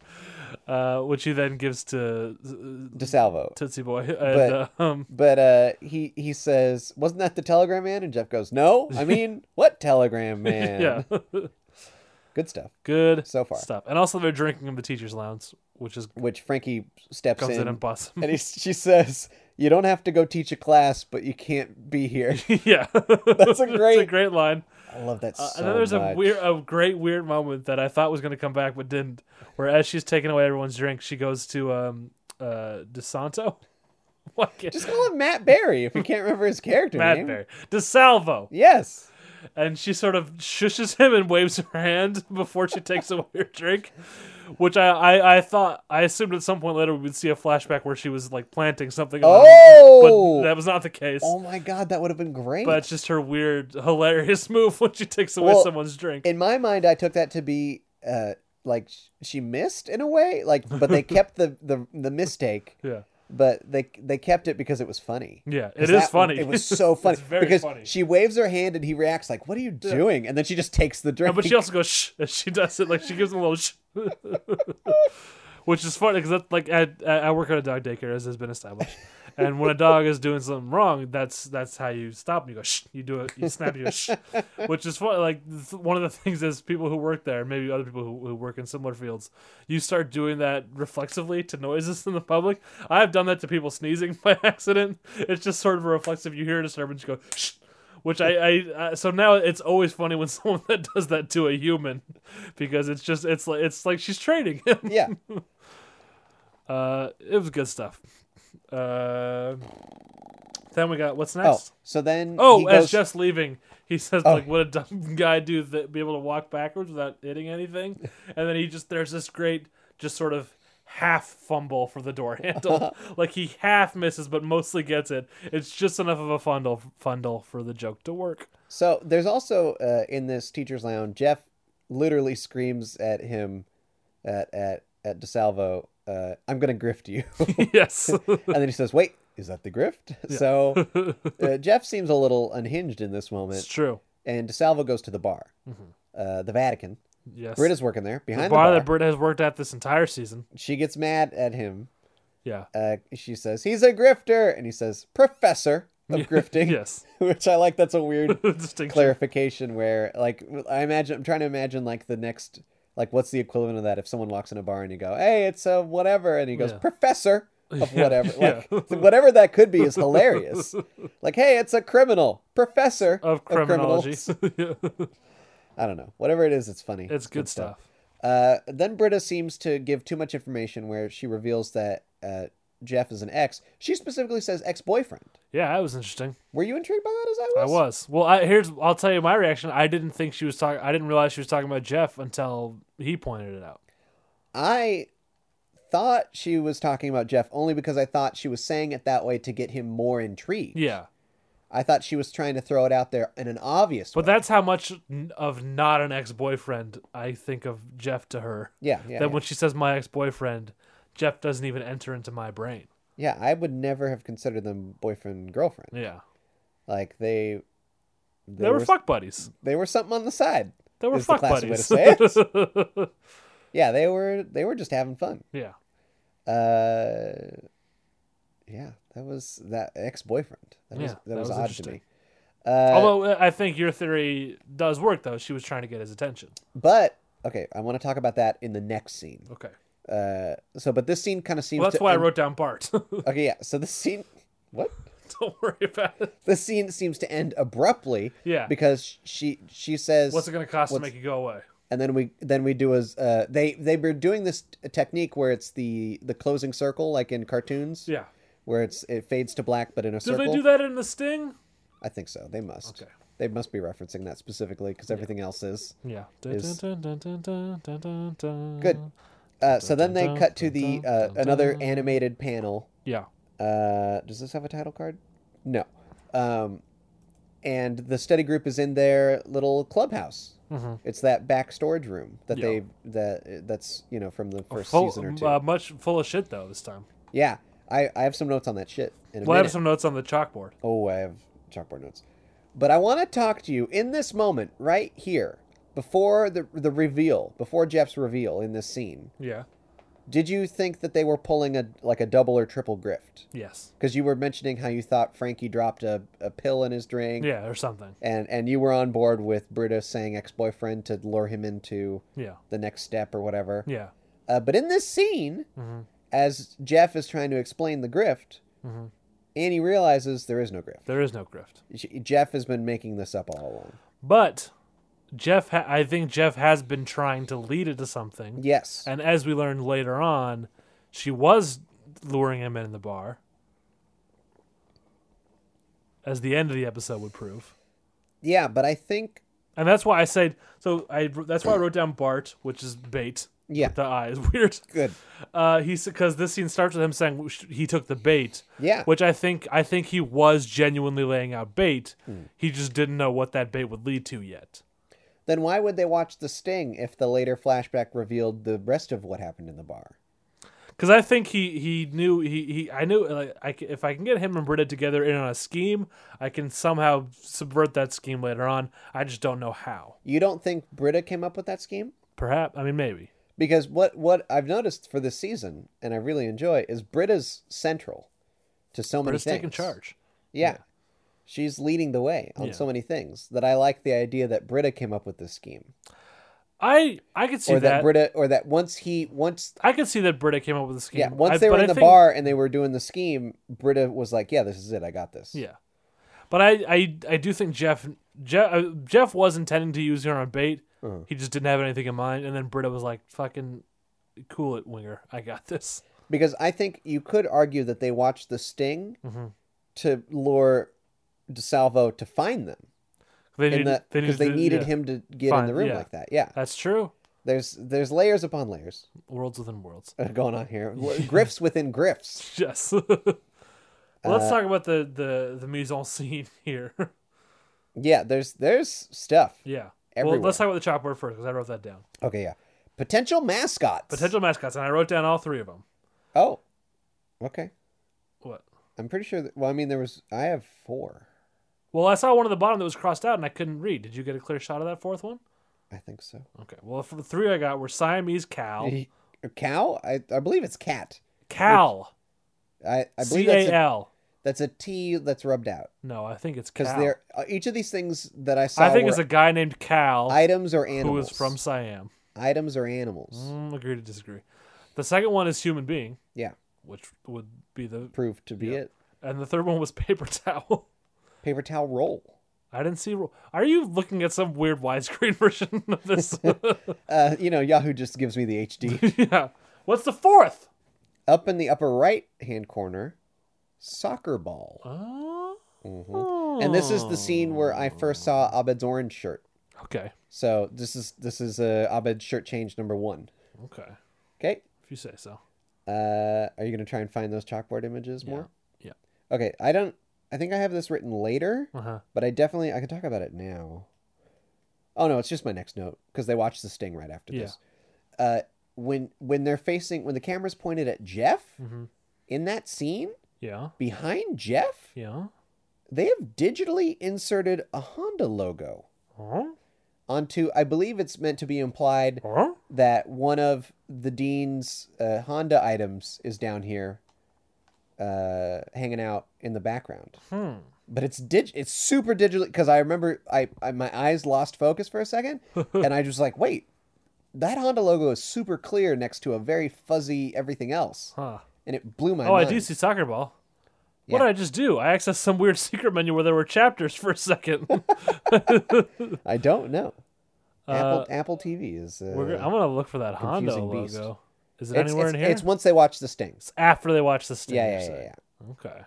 uh, which he then gives to uh, DeSalvo. Tootsie Boy. And, But- uh, um, But uh he he says, "Wasn't that the telegram man?" And Jeff goes, "No. I mean, what telegram man?" yeah, Good stuff. good So far. stuff. And also, they're drinking in the teachers' lounge, which is Which Frankie steps comes in, in and busts him. and he, she says, "You don't have to go teach a class, but you can't be here." yeah, That's a it's a great. great line. I love that so and then Uh, there's much. a weird, a great weird moment that I thought was going to come back but didn't. Where as she's taking away everyone's drink, she goes to um uh DeSanto, what Just call him Matt Berry if you can't remember his character Matt name. Berry, DeSalvo, Yes. and she sort of shushes him and waves her hand before she takes away her drink. Which I, I, I thought I assumed at some point later we would see a flashback where she was like planting something. on him, Oh! but that was not the case. Oh my god, that would have been great. But it's just her weird, hilarious move when she takes away Well, someone's drink. in my mind, I took that to be uh, like sh- she missed in a way, like, but they kept the the, the mistake. yeah, But they they kept it because it was funny. Yeah, it 'Cause is that- funny. It was so funny It's very because funny. she waves her hand and he reacts like, "What are you doing?" And then she just takes the drink. No, but she also goes shh as she does it. Like she gives him a little shh, which is funny because like at, at I work at a dog daycare as has been established, and when a dog is doing something wrong, that's that's how you stop and you go shh, you do it, you snap, you go shh, which is funny. Like th- one of the things is people who work there, maybe other people who, who work in similar fields, you start doing that reflexively to noises in the public. I've done that to people sneezing by accident. It's just sort of a reflexive. You hear a disturbance, you go shh which I, I uh, so now it's always funny when someone that does that to a human because it's just it's like it's like she's training him. Yeah. Oh, Uh, it was good stuff. Uh, then we got what's Oh, next? so then. Oh, he as goes- Jeff's leaving, he says Oh. like, "Would a dumb guy do that? Be able to walk backwards without hitting anything?" And then he just there's this great just sort of half fumble for the door handle, like he half misses but mostly gets it. It's just enough of a fundle fundle for the joke to work. So there's also uh, in this teacher's lounge, Jeff literally screams at him, at at at DeSalvo, uh, "I'm gonna grift you," and yes. then he says, "Wait, is that the grift?" So uh, Jeff seems a little unhinged in this moment, It's true. Mm-hmm. and DeSalvo goes to the bar, uh, the Vatican. Yes. Britta's working there the behind bar the bar. that Britta has worked at this entire season. she gets mad at him. Yeah. Uh, she says, "He's a grifter," and he says, "Professor of grifting." Yes. which I like. That's a weird Distinction. clarification where like I imagine I'm trying to imagine like the next like what's the equivalent of that if someone walks in a bar and you go, "Hey, it's a whatever." And he goes, Yeah. "Professor of Yeah, whatever." yeah. Like whatever that could be is hilarious. like, "Hey, it's a criminal." Professor Of criminology. criminals. Yeah. I don't know. Whatever it is, it's funny. it's good stuff. Uh, then Britta seems to give too much information where she reveals that uh, Jeff is an ex. She specifically says ex-boyfriend. Yeah, that was interesting. Were you intrigued by that as I I was? was. Well, I, here's I'll tell you my reaction. I didn't think she was talking. I didn't realize she was talking about Jeff until he pointed it out. I thought she was talking about Jeff only because I thought she was saying it that way to get him more intrigued. Yeah. I thought she was trying to throw it out there in an obvious But way. that's how much n- of not an ex-boyfriend I think of Jeff to her. Yeah, yeah, That yeah. when she says my ex-boyfriend, Jeff doesn't even enter into my brain. Yeah, I would never have considered them boyfriend girlfriend. Yeah. Like they They, were, fuck buddies. they were something on the side. They were is fuck the classy buddies. Way to say it. yeah, they were they were just having fun. Yeah. Uh yeah, that was that ex boyfriend. That was Yeah, that, that was, was odd to interesting. me. Uh, Although uh, I think your theory does work, though. She was trying to get his attention. but okay, I want to talk about that in the next scene. Okay. Uh, so but this scene kind of seems Well, that's to why I end- wrote down Bart. okay yeah so this scene what Don't worry about it. this scene seems to end abruptly Yeah. because she she says What's it going to cost What's- to make you go away? and then we then we do as uh they they were doing this t- technique where it's the the closing circle like in cartoons Yeah. where it's it fades to black but in a Did circle they do that in the Sting? I think so they must Okay. they must be referencing that specifically because everything else is Yeah. Is- Dun, dun, dun, dun, dun, dun, dun. good uh, so then they cut to the uh, another animated panel Yeah. Uh, does this have a title card? No. Um, and the study group is in their little clubhouse. It's that back storage room that Mm-hmm. Yeah. they that that's you know from the first Full- season or two. Uh, much full of shit, though, this time. yeah, I, I have some notes on that shit. In a Well, I have minute. some notes on the chalkboard. Oh, I have chalkboard notes. But I want to talk to you in this moment right here before the the reveal, before Jeff's reveal in this scene. Yeah. Did you think that they were pulling a like a double or triple grift? Yes. Because you were mentioning how you thought Frankie dropped a, a pill in his drink. Yeah, or something. and and you were on board with Britta saying ex-boyfriend to lure him into Yeah. the next step or whatever. Yeah. Mm-hmm. Uh, but in this scene, as Jeff is trying to explain the grift, Mm-hmm. Annie realizes there is no grift. There is no grift. J- Jeff has been making this up all along. But Jeff, ha- I think Jeff has been trying to lead it to something. Yes, And as we learned later on, she was luring him in the bar, as the end of the episode would prove. yeah, but I think And that's why I said so. I that's why I wrote down Bart, which is bait. Yeah. with the eye is weird. good. Uh, he's because this scene starts with him saying he took the bait. Yeah. which I think I think he was genuinely laying out bait. Hmm. He just didn't know what that bait would lead to yet. Then why would they watch the sting if the later flashback revealed the rest of what happened in the bar? Because I think he he knew he, he I knew like I, c- if I can get him and Britta together in on a scheme, I can somehow subvert that scheme later on. I just don't know how. You don't think Britta came up with that scheme? Perhaps I mean maybe Because what what I've noticed for this season, and I really enjoy, is Britta's central to so many Britta's things. taking charge. Yeah. She's leading the way on Yeah. so many things that I like the idea that Britta came up with this scheme. I I could see or that, that. Britta or that once he once I could see that Britta came up with the scheme. yeah, once I- they were in but I the think- bar and they were doing the scheme, Britta was like, "Yeah, this is it. I got this." Yeah, but I, I, I do think Jeff, Jeff, uh, Jeff was intending to use her on bait. Uh-huh. He just didn't have anything in mind, and then Britta was like, "Fucking cool it, winger. I got this." Because I think you could argue that they watched the sting Mm-hmm. to lure DeSalvo to find them. They in that because they to- needed yeah. him to get in Fine, the room yeah. like that. Yeah, That's true. there's there's layers upon layers Worlds within worlds. going on here. grifts within grifts. Yes. well, uh, let's talk about the the the mise en scene here. Yeah, there's there's stuff. yeah. Well, Everywhere. let's talk about the chalkboard first because I wrote that down. Okay, yeah. Potential mascots. Potential mascots, and I wrote down all three of them. Oh, okay. What? I'm pretty sure. That, well, I mean, there was. I have four. Well, I saw one at the bottom that was crossed out, and I couldn't read. Did you get a clear shot of that fourth one? I think so. Okay. Well, for the three I got were Siamese cow, A cow? I I believe it's cat. cal, I I believe C that's A a, L. that's a T that's rubbed out No, I think it's because cal. they're uh, each of these things that I saw. I think were it's a guy named Cal items or who animals. is from Siam. items or animals? Mm, agree to disagree. The second one is human being, Yeah, which would be the, proved to be it. and the third one was paper towel. Paper towel roll. I didn't see. Are you looking at some weird widescreen version of this? Uh, you know, Yahoo just gives me the HD. yeah. What's the fourth? Up in the upper right hand corner, soccer ball. Uh, Mm-hmm. oh. And this is the scene where I first saw Abed's orange shirt. Okay. So this is this is uh, Abed's shirt change number one. Okay. Okay. If you say so. Uh, are you gonna try and find those chalkboard images more? Yeah. Okay. I don't. I think I have this written later, Uh-huh. but I definitely I can talk about it now. Oh no, it's just my next note because they watched the sting right after Yeah. this. Uh, when when they're facing when the camera's pointed at Jeff Mm-hmm. in that scene Yeah. behind Jeff, Yeah. they have digitally inserted a Honda logo Huh? onto. I believe it's meant to be implied Huh? that one of the dean's uh, Honda items is down here, uh, hanging out in the background. Hmm. But it's dig- it's super digital because I remember I, I my eyes lost focus for a second, and I was like, wait, that Honda logo is super clear next to a very fuzzy everything else, Huh. and it blew my Oh, I mind. do see soccer ball. What did Yeah. I just do? I accessed some weird secret menu where there were chapters for a second. I don't know. Apple Apple TV is. Uh, Uh, We're, gonna- I'm gonna look for that Honda confusing logo. beast. Is it it's, anywhere it's, in here? it's once they watch the sting. It's after they watch the stage. Yeah, yeah, yeah, yeah. Okay.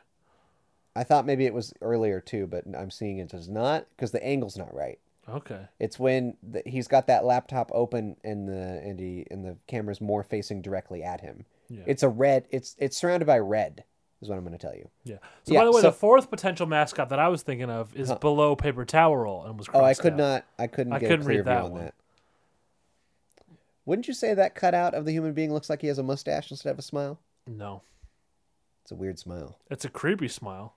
I thought maybe it was earlier too, but I'm seeing it as not because the angle's not right. Okay. It's when the, he's got that laptop open and the and he and the camera's more facing directly at him. Yeah. It's a red. It's it's surrounded by red. Is what I'm going to tell you. Yeah. So Yeah, by the way, so- the fourth potential mascot that I was thinking of is below Paper Towel Roll and was. Oh, I crossed could out. not. I couldn't I get couldn't a clear read view that on one. that. Wouldn't you say that cutout of the human being looks like he has a mustache instead of a smile? No, It's a weird smile. it's a creepy smile.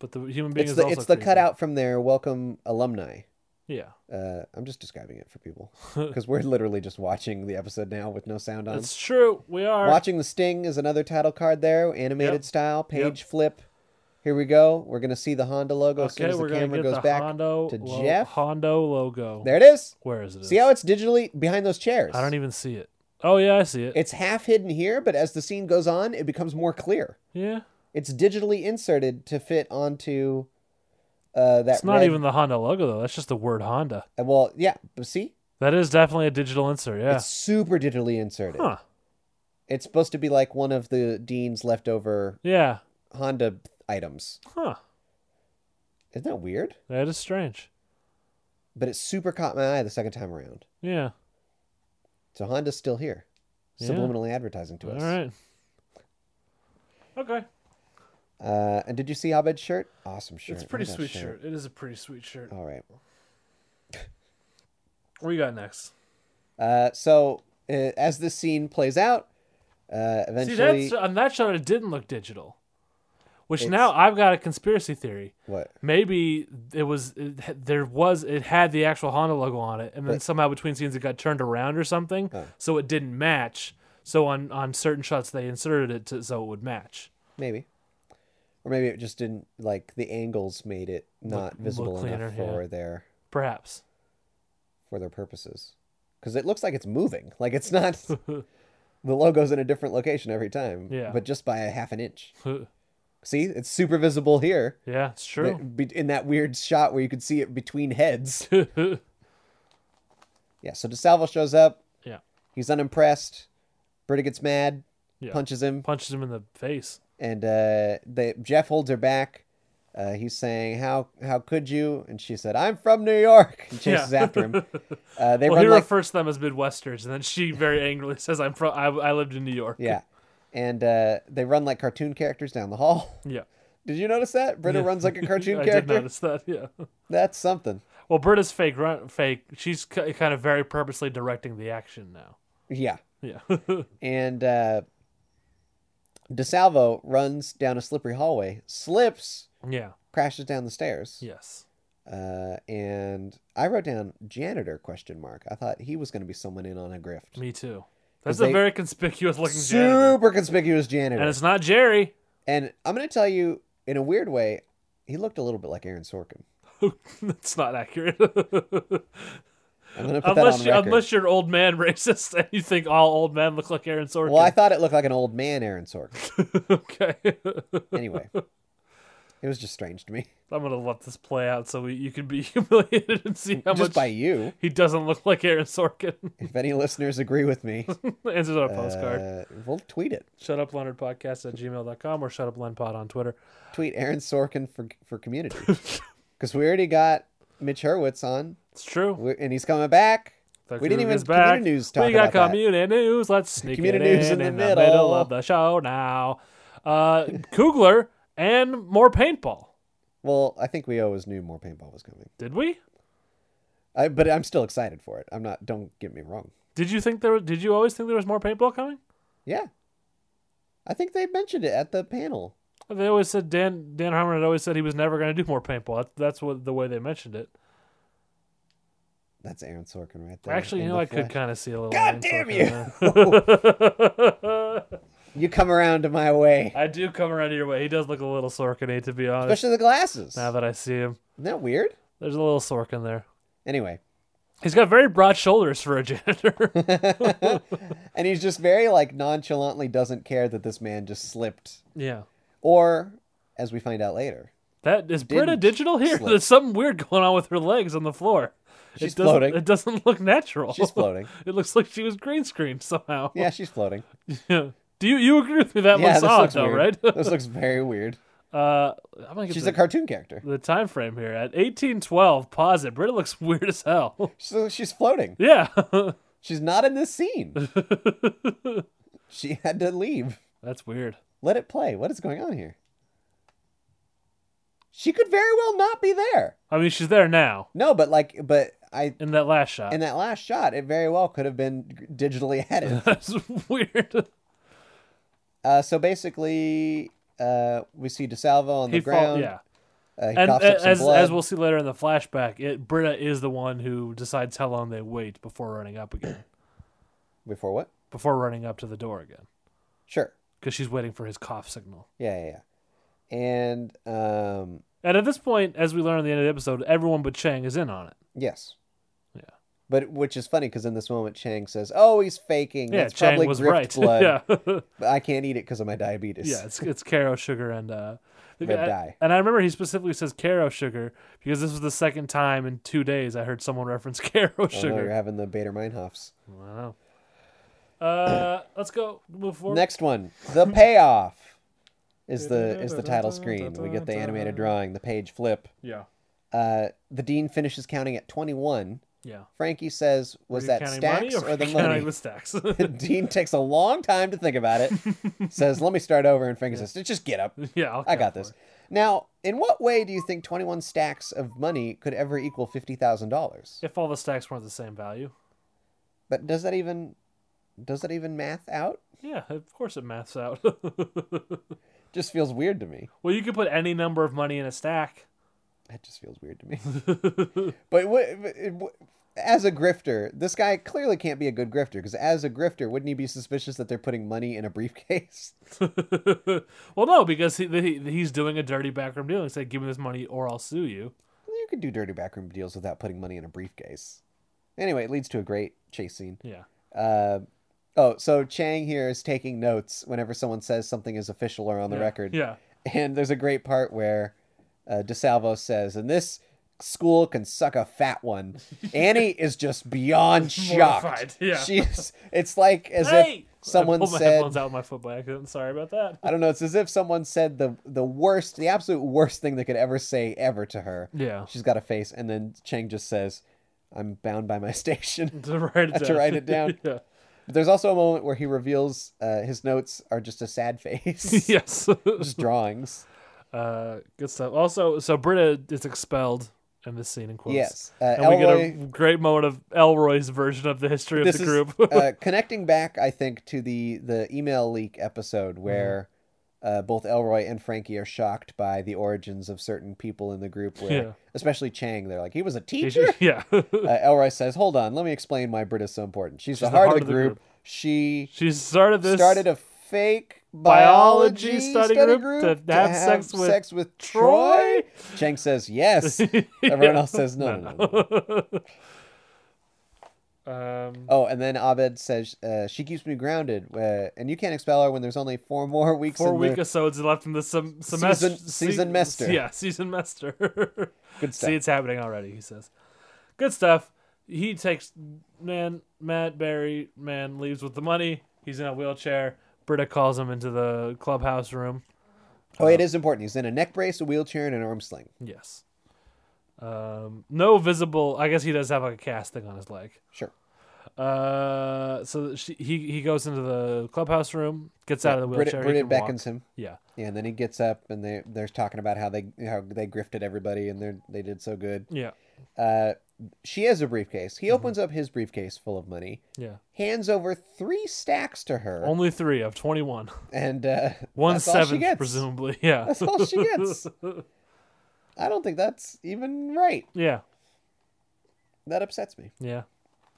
But the human being It's is the also it's the creepy. cutout from their welcome alumni. Yeah, Uh, I'm just describing it for people because we're literally just watching the episode now with no sound on. it's true. We are. Watching the Sting is another title card there, animated Yep. style, page flip. Here we go. We're gonna see the Honda logo as soon okay, as the we're gonna camera get goes the back Hondo to lo- Jeff. Hondo logo. There it is. Where is it? See how it's digitally behind those chairs. I don't e- even see it. Oh yeah, I see it. It's half hidden here, but as the scene goes on, it becomes more clear. yeah, It's digitally inserted to fit onto uh, that. it's not red- even the Honda logo though. That's just the word Honda. uh, Well, yeah. But see, That is definitely a digital insert. Yeah. it's super digitally inserted. Huh. It's supposed to be like one of the dean's leftover Yeah. Honda items. Huh. Isn't that weird? That is strange. But it super caught my eye the second time around. Yeah. So Honda's still here, Yeah. subliminally advertising to All us. right. Okay. Uh, and did you see Abed's shirt? Awesome shirt. It's a pretty Love that sweet shirt. It is a pretty sweet shirt. All right. What you got next? Uh, so uh, as this scene plays out, uh, See, uh, eventually, that's on that shot it didn't look digital. Which It's- now I've got a conspiracy theory. What? Maybe it was it, ha- there was it had the actual Honda logo on it, and then somehow between scenes it got turned around or something, so it didn't match. So on on certain shots they inserted it to, so it would match. Maybe. Or maybe it just didn't like the angles made it not visible cleaner, enough yeah. for their Perhaps for their purposes. Because it looks like it's moving. Like it's not the logo's in a different location every time. Yeah. But just by a half an inch. See, it's super visible here. yeah, it's true. That- be- In that weird shot where you could see it between heads. yeah, so DeSalvo shows up. yeah, He's unimpressed. Britta gets mad, yeah. punches him. punches him in the face. and uh, they, Jeff holds her back. Uh, he's saying, "How how could you?" And she said, "I'm from New York." And chases Yeah. after him. Uh, they Well, he run like refers to them as Midwesters, and then she very angrily says, "I'm from. I, I lived in New York." yeah, and uh, they run like cartoon characters down the hall. yeah. Did you notice that Britta runs like a cartoon I did character? notice that. Yeah. That's something. Well, Britta's fake run, fake. She's ki kind of very purposely directing the action now. Yeah, Yeah. and uh, DeSalvo runs down a slippery hallway, slips, yeah. crashes down the stairs. Yes. Uh, and I wrote down janitor question mark. I thought he was going to be someone in on a grift. Me too. 'Cause That's a they- very conspicuous looking janitor. super conspicuous janitor. And And, it's not Jerry. I'm going to tell you, in a weird way, he looked a little bit like Aaron Sorkin. That's not accurate. I'm going to put unless, that on you, record. unless you're an old man racist and you think all old men look like Aaron Sorkin. well, I thought it looked like an old man, Aaron Sorkin. okay. Anyway, it was just strange to me. I'm going to let this play out so we, you can be humiliated and see how just much by you. he doesn't look like Aaron Sorkin. If any listeners agree with me, Answers on a postcard. uh, we'll tweet it. Shut up, Leonard Podcast at gmail.com or shut up, Len Pod on Twitter. Tweet Aaron Sorkin for for community. Because we already got Mitch Hurwitz on, It's true. we- and he's coming back. The we didn't Krug even is back. community news We talk got about that. community news. Let's sneak Community it in, news in the in the middle middle. of the show now. Uh, Kugler and more paintball. Well, I think we always knew more paintball was coming, Did we? I, but I'm still excited for it. I'm not. Don't get me wrong. Did you think there? Was, did you always think there was more paintball coming? Yeah. I think they mentioned it at the panel. They always said Dan Dan Harmon had always said he was never going to do more paintball. That's, that's what the way they mentioned it. That's Aaron Sorkin right there. Actually, you in know, the I could flesh. kind of see a little. God damn you! You come around to my way, I do come around your way. He does look a little Sorkin-y, to be honest. especially the glasses. now Isn't that I see him, that weird? there's a little Sorkin there. Anyway, He's got very broad shoulders for a janitor. and he's just very like nonchalantly doesn't care that this man just slipped, yeah. or as we find out later, That is Britta Didn't digital here. slip. There's something weird going on with her legs on the floor. She's it doesn't- floating. It doesn't look natural. She's floating. it looks like she was green screened somehow. yeah, she's floating. Do you you agree with me? That yeah, looks this odd looks though, weird. right? this looks very weird. uh, I'm gonna get She's the, a cartoon character. the time frame here at 1812. Pause it. Britta looks weird as hell. So she's floating. yeah, She's not in this scene. she had to leave. that's weird. Let it play. What is going on here? She could very well not be there. I mean, she's there now No, but like, but I in that last shot. in that last shot, it very well could have been digitally added. that's weird. uh, so basically, uh, we see DeSalvo on the He fall- ground. yeah. uh, he and coughs up a- some as, blood. as we'll see later in the flashback, it, Britta is the one who decides how long they wait before running up again, before what? before running up to the door again, Sure. because she's waiting for his cough signal. Yeah, yeah, yeah. And um, And at this point, as we learn at the end of the episode, everyone but Chang is in on it. yes. Yeah. But which is funny because in this moment, Chang says, "Oh, he's faking. Yeah, That's Chang probably was grift right. blood. yeah, But I can't eat it because of my diabetes. yeah, it's it's Caro Sugar and uh, the Red guy- dye. And I remember he specifically says Caro Sugar because this was the second time in two days I heard someone reference Caro I know you're Sugar. having the Bader Meinhofs. Wow. Uh, let's go move forward. Next one, the payoff is the is the title screen. We get the animated drawing, the page flip. Yeah, Uh, the dean finishes counting at 21. yeah. Frankie says, "Was you that counting stacks money or the you counting money?" The stacks. Dean takes a long time to think about it. says, "Let me start over," and Frankie says, "Just get up. yeah, I'll I count got for this." it. Now, in what way do you think 21 stacks of money could ever equal fifty thousand dollars? If all the stacks weren't the same value, But does that even does that even math out? yeah, of course it maths out. Just feels weird to me. Well, you could put any number of money in a stack. That just feels weird to me. but what, but it- what- as a grifter, this guy clearly can't be a good grifter because as a grifter, wouldn't he be suspicious that they're putting money in a briefcase? Well, no, because he, he he's doing a dirty backroom deal. He said, "Give me this money, or I'll sue you." you could do dirty backroom deals without putting money in a briefcase. Anyway, it leads to a great chase scene. Yeah. Uh, oh, so Chang here is taking notes whenever someone says something is official or on the record. Yeah. And there's a great part where uh, DeSalvo says, and this school can suck a fat one. Annie is just beyond shocked. Mortified, yeah. She's, it's like as Hey! if someone I pulled my said, headphones out with my foot by accident. Sorry about that. I don't know, it's as if someone said the, the worst, the absolute worst thing they could ever say ever to her. Yeah. She's got a face. And then Chang just says, I'm bound by my station. to write it to down. write it down. yeah. But there's also a moment where he reveals uh, his notes are just a sad face. Yes. Just drawings. uh, good stuff. Also, so Britta is expelled in this scene in quotes. Yes. Uh, and we get a Elroy- great moment of Elroy's version of the history of This the is group. uh, connecting back, I think, to the, the email leak episode Mm-hmm. where uh, both Elroy and Frankie are shocked by the origins of certain people in the group, where, Yeah. especially Chang, they're like, he was a teacher? yeah. uh, Elroy says, hold on, let me explain why Britta's so important. She's, the, the heart, of the group. She she started this. started a fake biology biology, study study, group group, to have sex with Troy. Troy? Chang says yes. Everyone else says no, no, no, no. um, Oh, and then Abed says uh, she keeps me grounded, uh, and you can't expel her when there's only four more weeks. four in week the... episodes left in the sem- semester. Season- season mester. Yeah, season mester. Good stuff. See, it's happening already. He says, "Good stuff." He takes man Matt Barry man leaves with the money. He's in a wheelchair. Britta calls him into the clubhouse room. Oh, it is important. He's in a neck brace, a wheelchair, and an arm sling. Yes. Um, no visible. I guess he does have like a cast thing on his leg. Sure. Uh, so she, he he goes into the clubhouse room, gets out of the Britta, wheelchair. he Britta can walk. beckons him. Yeah. Yeah, and then he gets up, and they they're talking about how they how they grifted everybody, and they they did so good. Yeah. Uh, she has a briefcase. He opens Mm-hmm. up his briefcase full of money. Yeah. hands over three stacks to her, Only three of twenty-one. and uh, One that's all she seventh, gets. presumably. Yeah. That's all she gets. I don't think that's even right. yeah. That upsets me. Yeah.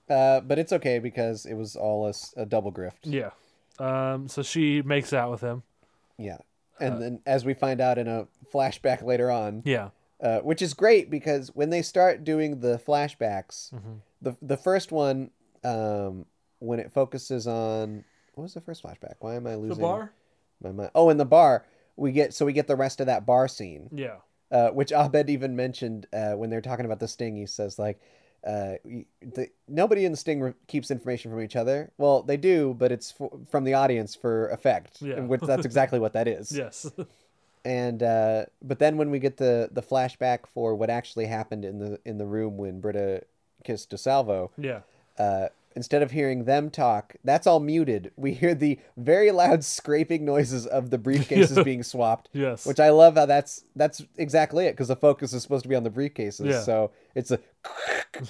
Uh, but it's okay because it was all a, s- a double grift. Yeah. Um, so she makes out with him. Yeah. And then, as we find out in a flashback later on, Yeah. uh, which is great because when they start doing the flashbacks, the the first one, um, when it focuses on what was the first flashback? Why am I losing my mind? Oh, in the bar, we get so we get the rest of that bar scene. Yeah. uh, which Abed even mentioned uh, when they're talking about the sting. He says like, uh, y- the, nobody in the sting re- keeps information from each other. Well, they do, but it's f- from the audience for effect, Yeah. and which that's exactly what that is. Yes. And uh, but then when we get the the flashback for what actually happened in the in the room when Britta kissed DeSalvo, yeah. uh, instead of hearing them talk, that's all muted. We hear the very loud scraping noises of the briefcases being swapped. Yes. Which I love how that's that's exactly it because the focus is supposed to be on the briefcases. Yeah. So it's a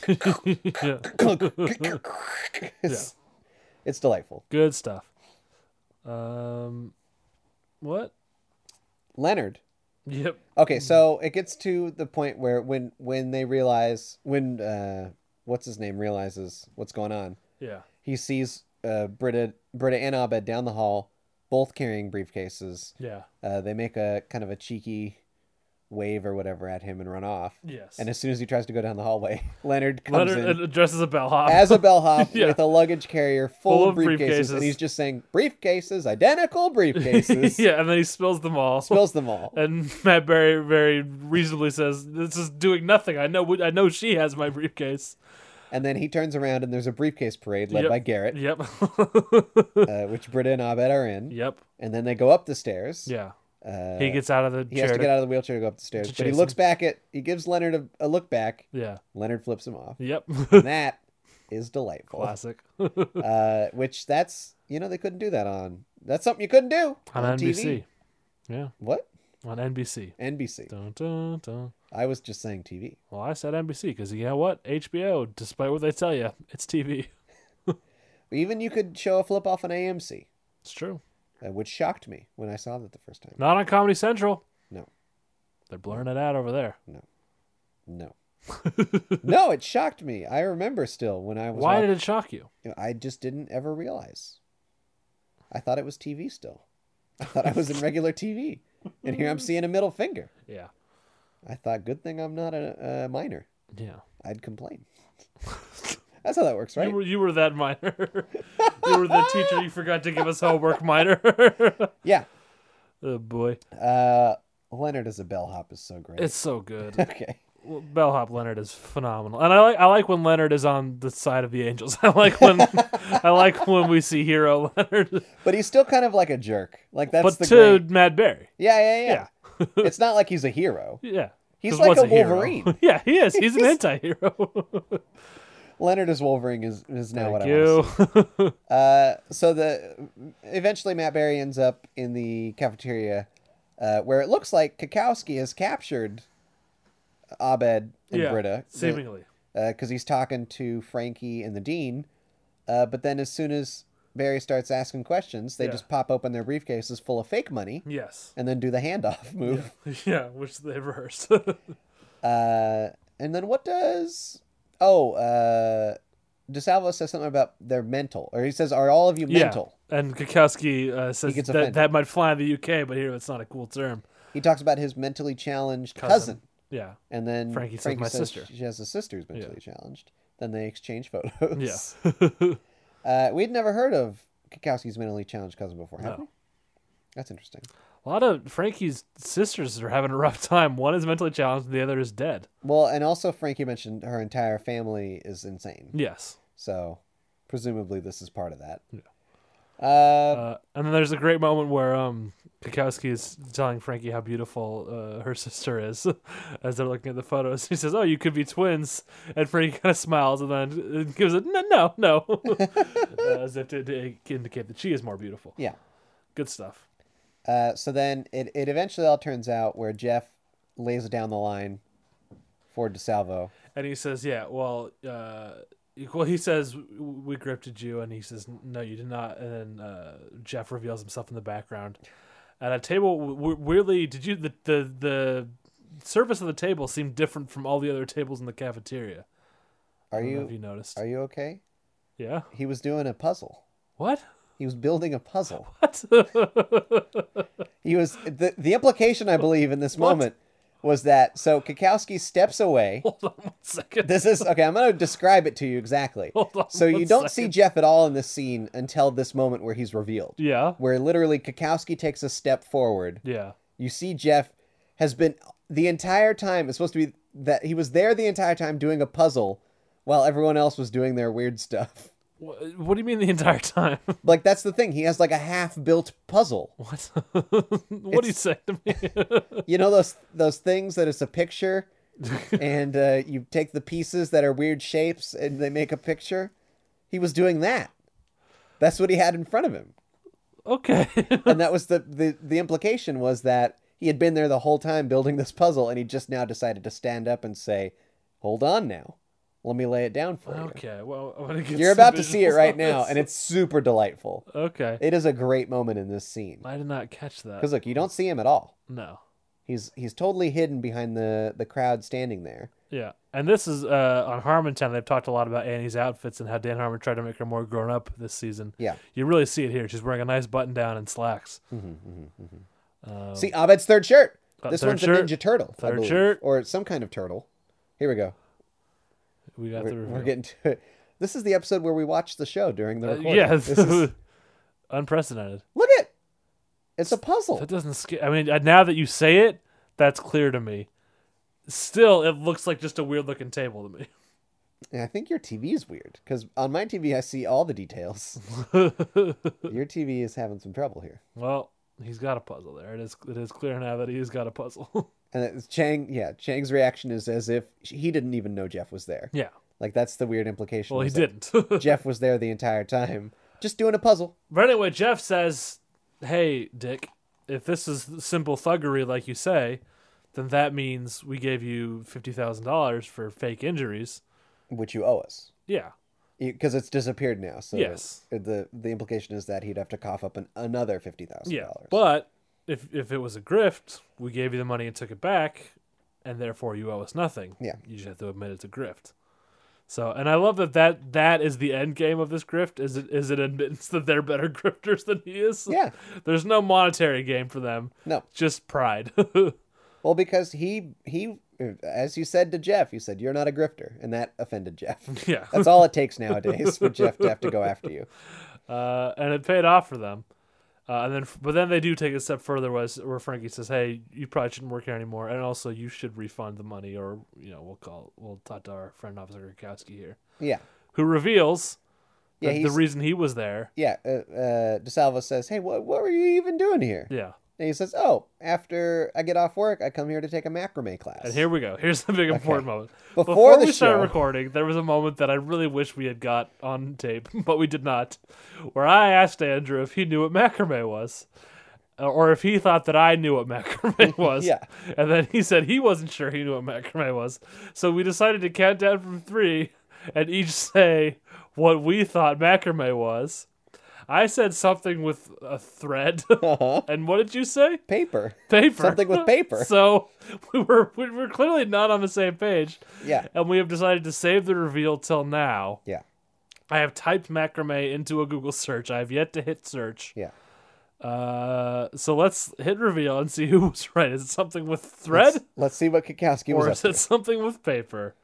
yeah. it's, it's delightful. Good stuff. Um, what? Leonard. Yep. Okay, so it gets to the point where when when they realize when uh what's his name realizes what's going on, Yeah. he sees uh Britta Britta and Abed down the hall, both carrying briefcases. Yeah. Uh, they make a kind of a cheeky wave or whatever at him and run off. Yes. And as soon as he tries to go down the hallway, Leonard comes Leonard in addresses a bellhop. as a bellhop Yeah. with a luggage carrier full, Full of of briefcases, briefcases. and he's just saying briefcases, identical briefcases. yeah, and then he spills them all. Spills them all. And Matt Berry very reasonably says, "This is doing nothing. I know. I know she has my briefcase." And then he turns around and there's a briefcase parade led Yep. by Garrett, Yep. uh, which Britta and Abed are in. yep. And then they go up the stairs. Yeah. Uh, He gets out of the he chair. has to get out of the wheelchair to go up the stairs. to But he chase looks him. back at, he gives Leonard a, a look back. yeah. Leonard flips him off. Yep. And that is delightful. Classic. uh, which that's you know they couldn't do that on. That's something you couldn't do on, NBC. TV. What On NBC. NBC? Dun, dun, dun. I was just saying TV. Well, I said NBC because you know what? HBO, despite what they tell you, it's TV. Even you could show a flip off on AMC. It's true. uh, which shocked me when I saw that the first time. Not on Comedy Central. No. They're blurring it out over there. No. no, it shocked me. I remember still when I was. Why watch- did it shock you? you know, I just didn't ever realize. I thought it was TV still. I thought I was in regular TV, and here I'm seeing a middle finger. Yeah. I thought, good thing I'm not a, a minor. Yeah. I'd complain. That's how that works, right? You were you were that minor. you were the teacher you forgot to give us homework minor. Yeah. oh boy. Uh, Leonard as a bellhop is so great. It's so good. okay. Well, Bellhop Leonard is phenomenal, and I like I like when Leonard is on the side of the angels. I like when I like when we see hero Leonard, But he's still kind of like a jerk. Like that's but the to great- Matt Berry. Yeah, yeah, yeah. it's not like he's a hero. Yeah, He's 'Cause like what's a hero? Wolverine. yeah, he is. He's an anti-hero. Leonard as Wolverine is, is now what Thank I want to you. Uh, so the eventually Matt Berry ends up in the cafeteria, uh, where it looks like Kakowski has captured Abed and yeah, Britta, seemingly. because he's talking to Frankie and the dean. Uh, but then as soon as Barry starts asking questions, they Yeah. just pop open their briefcases full of fake money Yes. and then do the handoff move. Yeah, which they rehearsed. Uh, and then what does? Oh, uh, DeSalvo says something about they're mental, or he says, "Are all of you mental?" Yeah. And Kukowski uh, says gets that, offended. that might fly in the UK, but here it's not a cool term. He talks about his mentally challenged cousin, Cousin. Yeah. and then Frankie Frankie, says, "My says sister." she has a sister who's mentally challenged. Then they exchange photos. Yeah. uh, we'd never heard of Kakowski's mentally challenged cousin before, have we? That's interesting. A lot of Frankie's sisters are having a rough time. One is mentally challenged, and the other is dead. Well, and also Frankie mentioned her entire family is insane, Yes. so presumably this is part of that. Uh, and then there's a great moment where um, Kukowski is telling Frankie how beautiful uh, her sister is as they're looking at the photos. He says, Oh, you could be twins. And Frankie kind of smiles and then uh, gives it, No, no, no. uh, as if to, to indicate that she is more beautiful. Yeah. Good stuff. Uh, so then it, it eventually all turns out where Jeff lays down the line for DeSalvo. And he says, "Yeah, well, uh, well." He says, "We grifted you," and he says, "No, you did not." And then uh, Jeff reveals himself in the background at a table. W- weirdly, did you the the the surface of the table seemed different from all the other tables in the cafeteria? Are I don't know if you you noticed? are you okay? yeah. He was doing a puzzle. What? He was building a puzzle. What? He was the the implication I believe in this moment was that so Kakowski steps away. Hold on one second. This is okay. I'm going to describe it to you exactly. Hold on so you one don't see second. Jeff at all in this scene until this moment where he's revealed. yeah. Where literally Kakowski takes a step forward. Yeah. You see Jeff has been the entire time it's supposed to be that he was there the entire time doing a puzzle while everyone else was doing their weird stuff. What, what do you mean the entire time? Like that's the thing. He has like a half-built puzzle. What? what do you say to me? You know those those things that it's a picture and uh, you take the pieces that are weird shapes and they make a picture. He was doing that. That's what he had in front of him. okay. And that was the the, the implication was that he had been there the whole time building this puzzle and he just now decided to stand up and say, "Hold on now. Let me lay it down for you." okay. Well, I'm gonna get You're some about to see it visuals right on now this. and it's super delightful. okay. It is a great moment in this scene. I did not catch that. Cuz look, you don't see him at all. no. He's he's totally hidden behind the the crowd standing there. Yeah. And this is uh, on Harmontown. They've talked a lot about Annie's outfits and how Dan Harmon tried to make her more grown up this season. Yeah. Hmm. You really see it here. She's wearing a nice button down and slacks. See Abed's third shirt. Uh, This third one's shirt. a Ninja Turtle. I Third believe, shirt. or some kind of turtle. Here we go. We got the We're, reveal. we're getting to it. This is the episode where we watch the show during the Uh, recording. yeah. This is- Unprecedented. look at it's a puzzle. That doesn't scare. I mean, uh, now that you say it, that's clear to me. Still, it looks like just a weird looking table to me. And I think your TV's weird because on my TV I see all the details. your TV is having some trouble here. Well, he's got a puzzle there. It is. It is clear now that he's got a puzzle. And it's Chang, yeah, Chang's reaction is as if he didn't even know Jeff was there. yeah. Like that's the weird implication. Well, he was that didn't. Jeff was there the entire time, just doing a puzzle. But anyway, Jeff says, "Hey, Dick, if this is simple thuggery like you say, then that means we gave you fifty thousand dollars for fake injuries." which you owe us. Yeah, because it's disappeared now. So Yes. the the implication is that he'd have to cough up an, another fifty thousand Yeah, dollars. but if if it was a grift, we gave you the money and took it back, and therefore you owe us nothing. Yeah. you just have to admit it's a grift. So, and I love that that that is the end game of this grift. Is it is it admittance that they're better grifters than he is? Yeah. there's no monetary game for them. No. just pride. well, because he he as you said to Jeff, you said you're not a grifter, and that offended Jeff. Yeah. that's all it takes nowadays for Jeff to have to go after you. uh, and it paid off for them. Uh, and then, but then they do take it a step further, was where Frankie says, "Hey, you probably shouldn't work here anymore, and also you should refund the money, or you know, we'll call, we'll talk to our friend Officer Krakowski here, Yeah, who reveals yeah, that the he's- reason he was there. yeah. Uh, uh, DeSalvo says, "Hey, what what were you even doing here?" Yeah, And he says, "Oh, after I get off work, I come here to take a macrame class." and here we go. Here's the big important moment. Before the we started show- recording, there was a moment that I really wish we had got on tape, but we did not, where I asked Andrew if he knew what macrame was. uh, Or if he thought that I knew what macrame was, Yeah. and then he said he wasn't sure he knew what macrame was, so we decided to count down from three and each say what we thought macrame was. I said something with a thread, and what did you say? Uh-huh. paper. paper. Something with paper. so we were we were clearly not on the same page, Yeah, and we have decided to save the reveal till now. yeah, I have typed macrame into a Google search. I have yet to hit search. yeah. Uh, so let's hit reveal and see who was right. Is it something with thread Let's see what Kukowski or was up is it to. something with paper?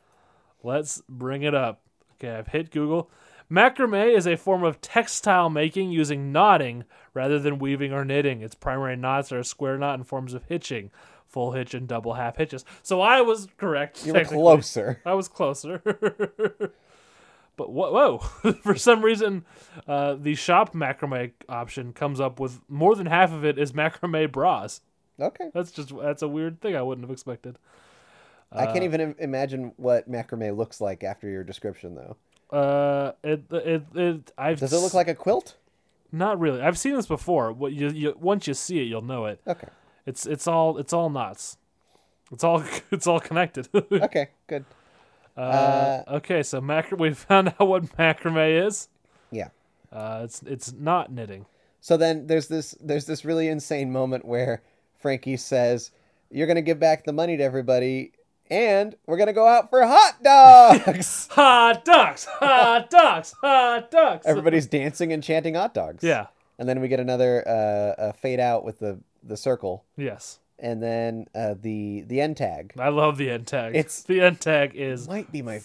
Let's bring it up. Okay, I've hit Google. Macrame is a form of textile making using knotting rather than weaving or knitting. Its primary knots are a square knot and forms of hitching, full hitch and double half hitches. So I was correct. You were technically. closer. I was closer. but whoa, whoa. for some reason, uh, the shop macrame option comes up with more than half of it is macrame bras. Okay. That's just that's a weird thing I wouldn't have expected. I can't even im- imagine what macrame looks like after your description, though. Uh, it it, it I've Does it look like a quilt? not really. I've seen this before. What you, you once you see it, you'll know it. Okay. It's it's all it's all knots. It's all it's all connected. Okay. Good. uh, okay, so macrame. We found out what macrame is. Yeah. Uh, it's it's not knitting. So then there's this there's this really insane moment where Frankie says, "You're gonna give back the money to everybody, and we're gonna go out for hot dogs." Hot dogs, hot dogs, hot dogs. Everybody's dancing and chanting hot dogs. Yeah. And then we get another uh, uh, fade out with the the circle, Yes, and then uh, the the end tag. I love the end tag. It's- the end tag is Might be my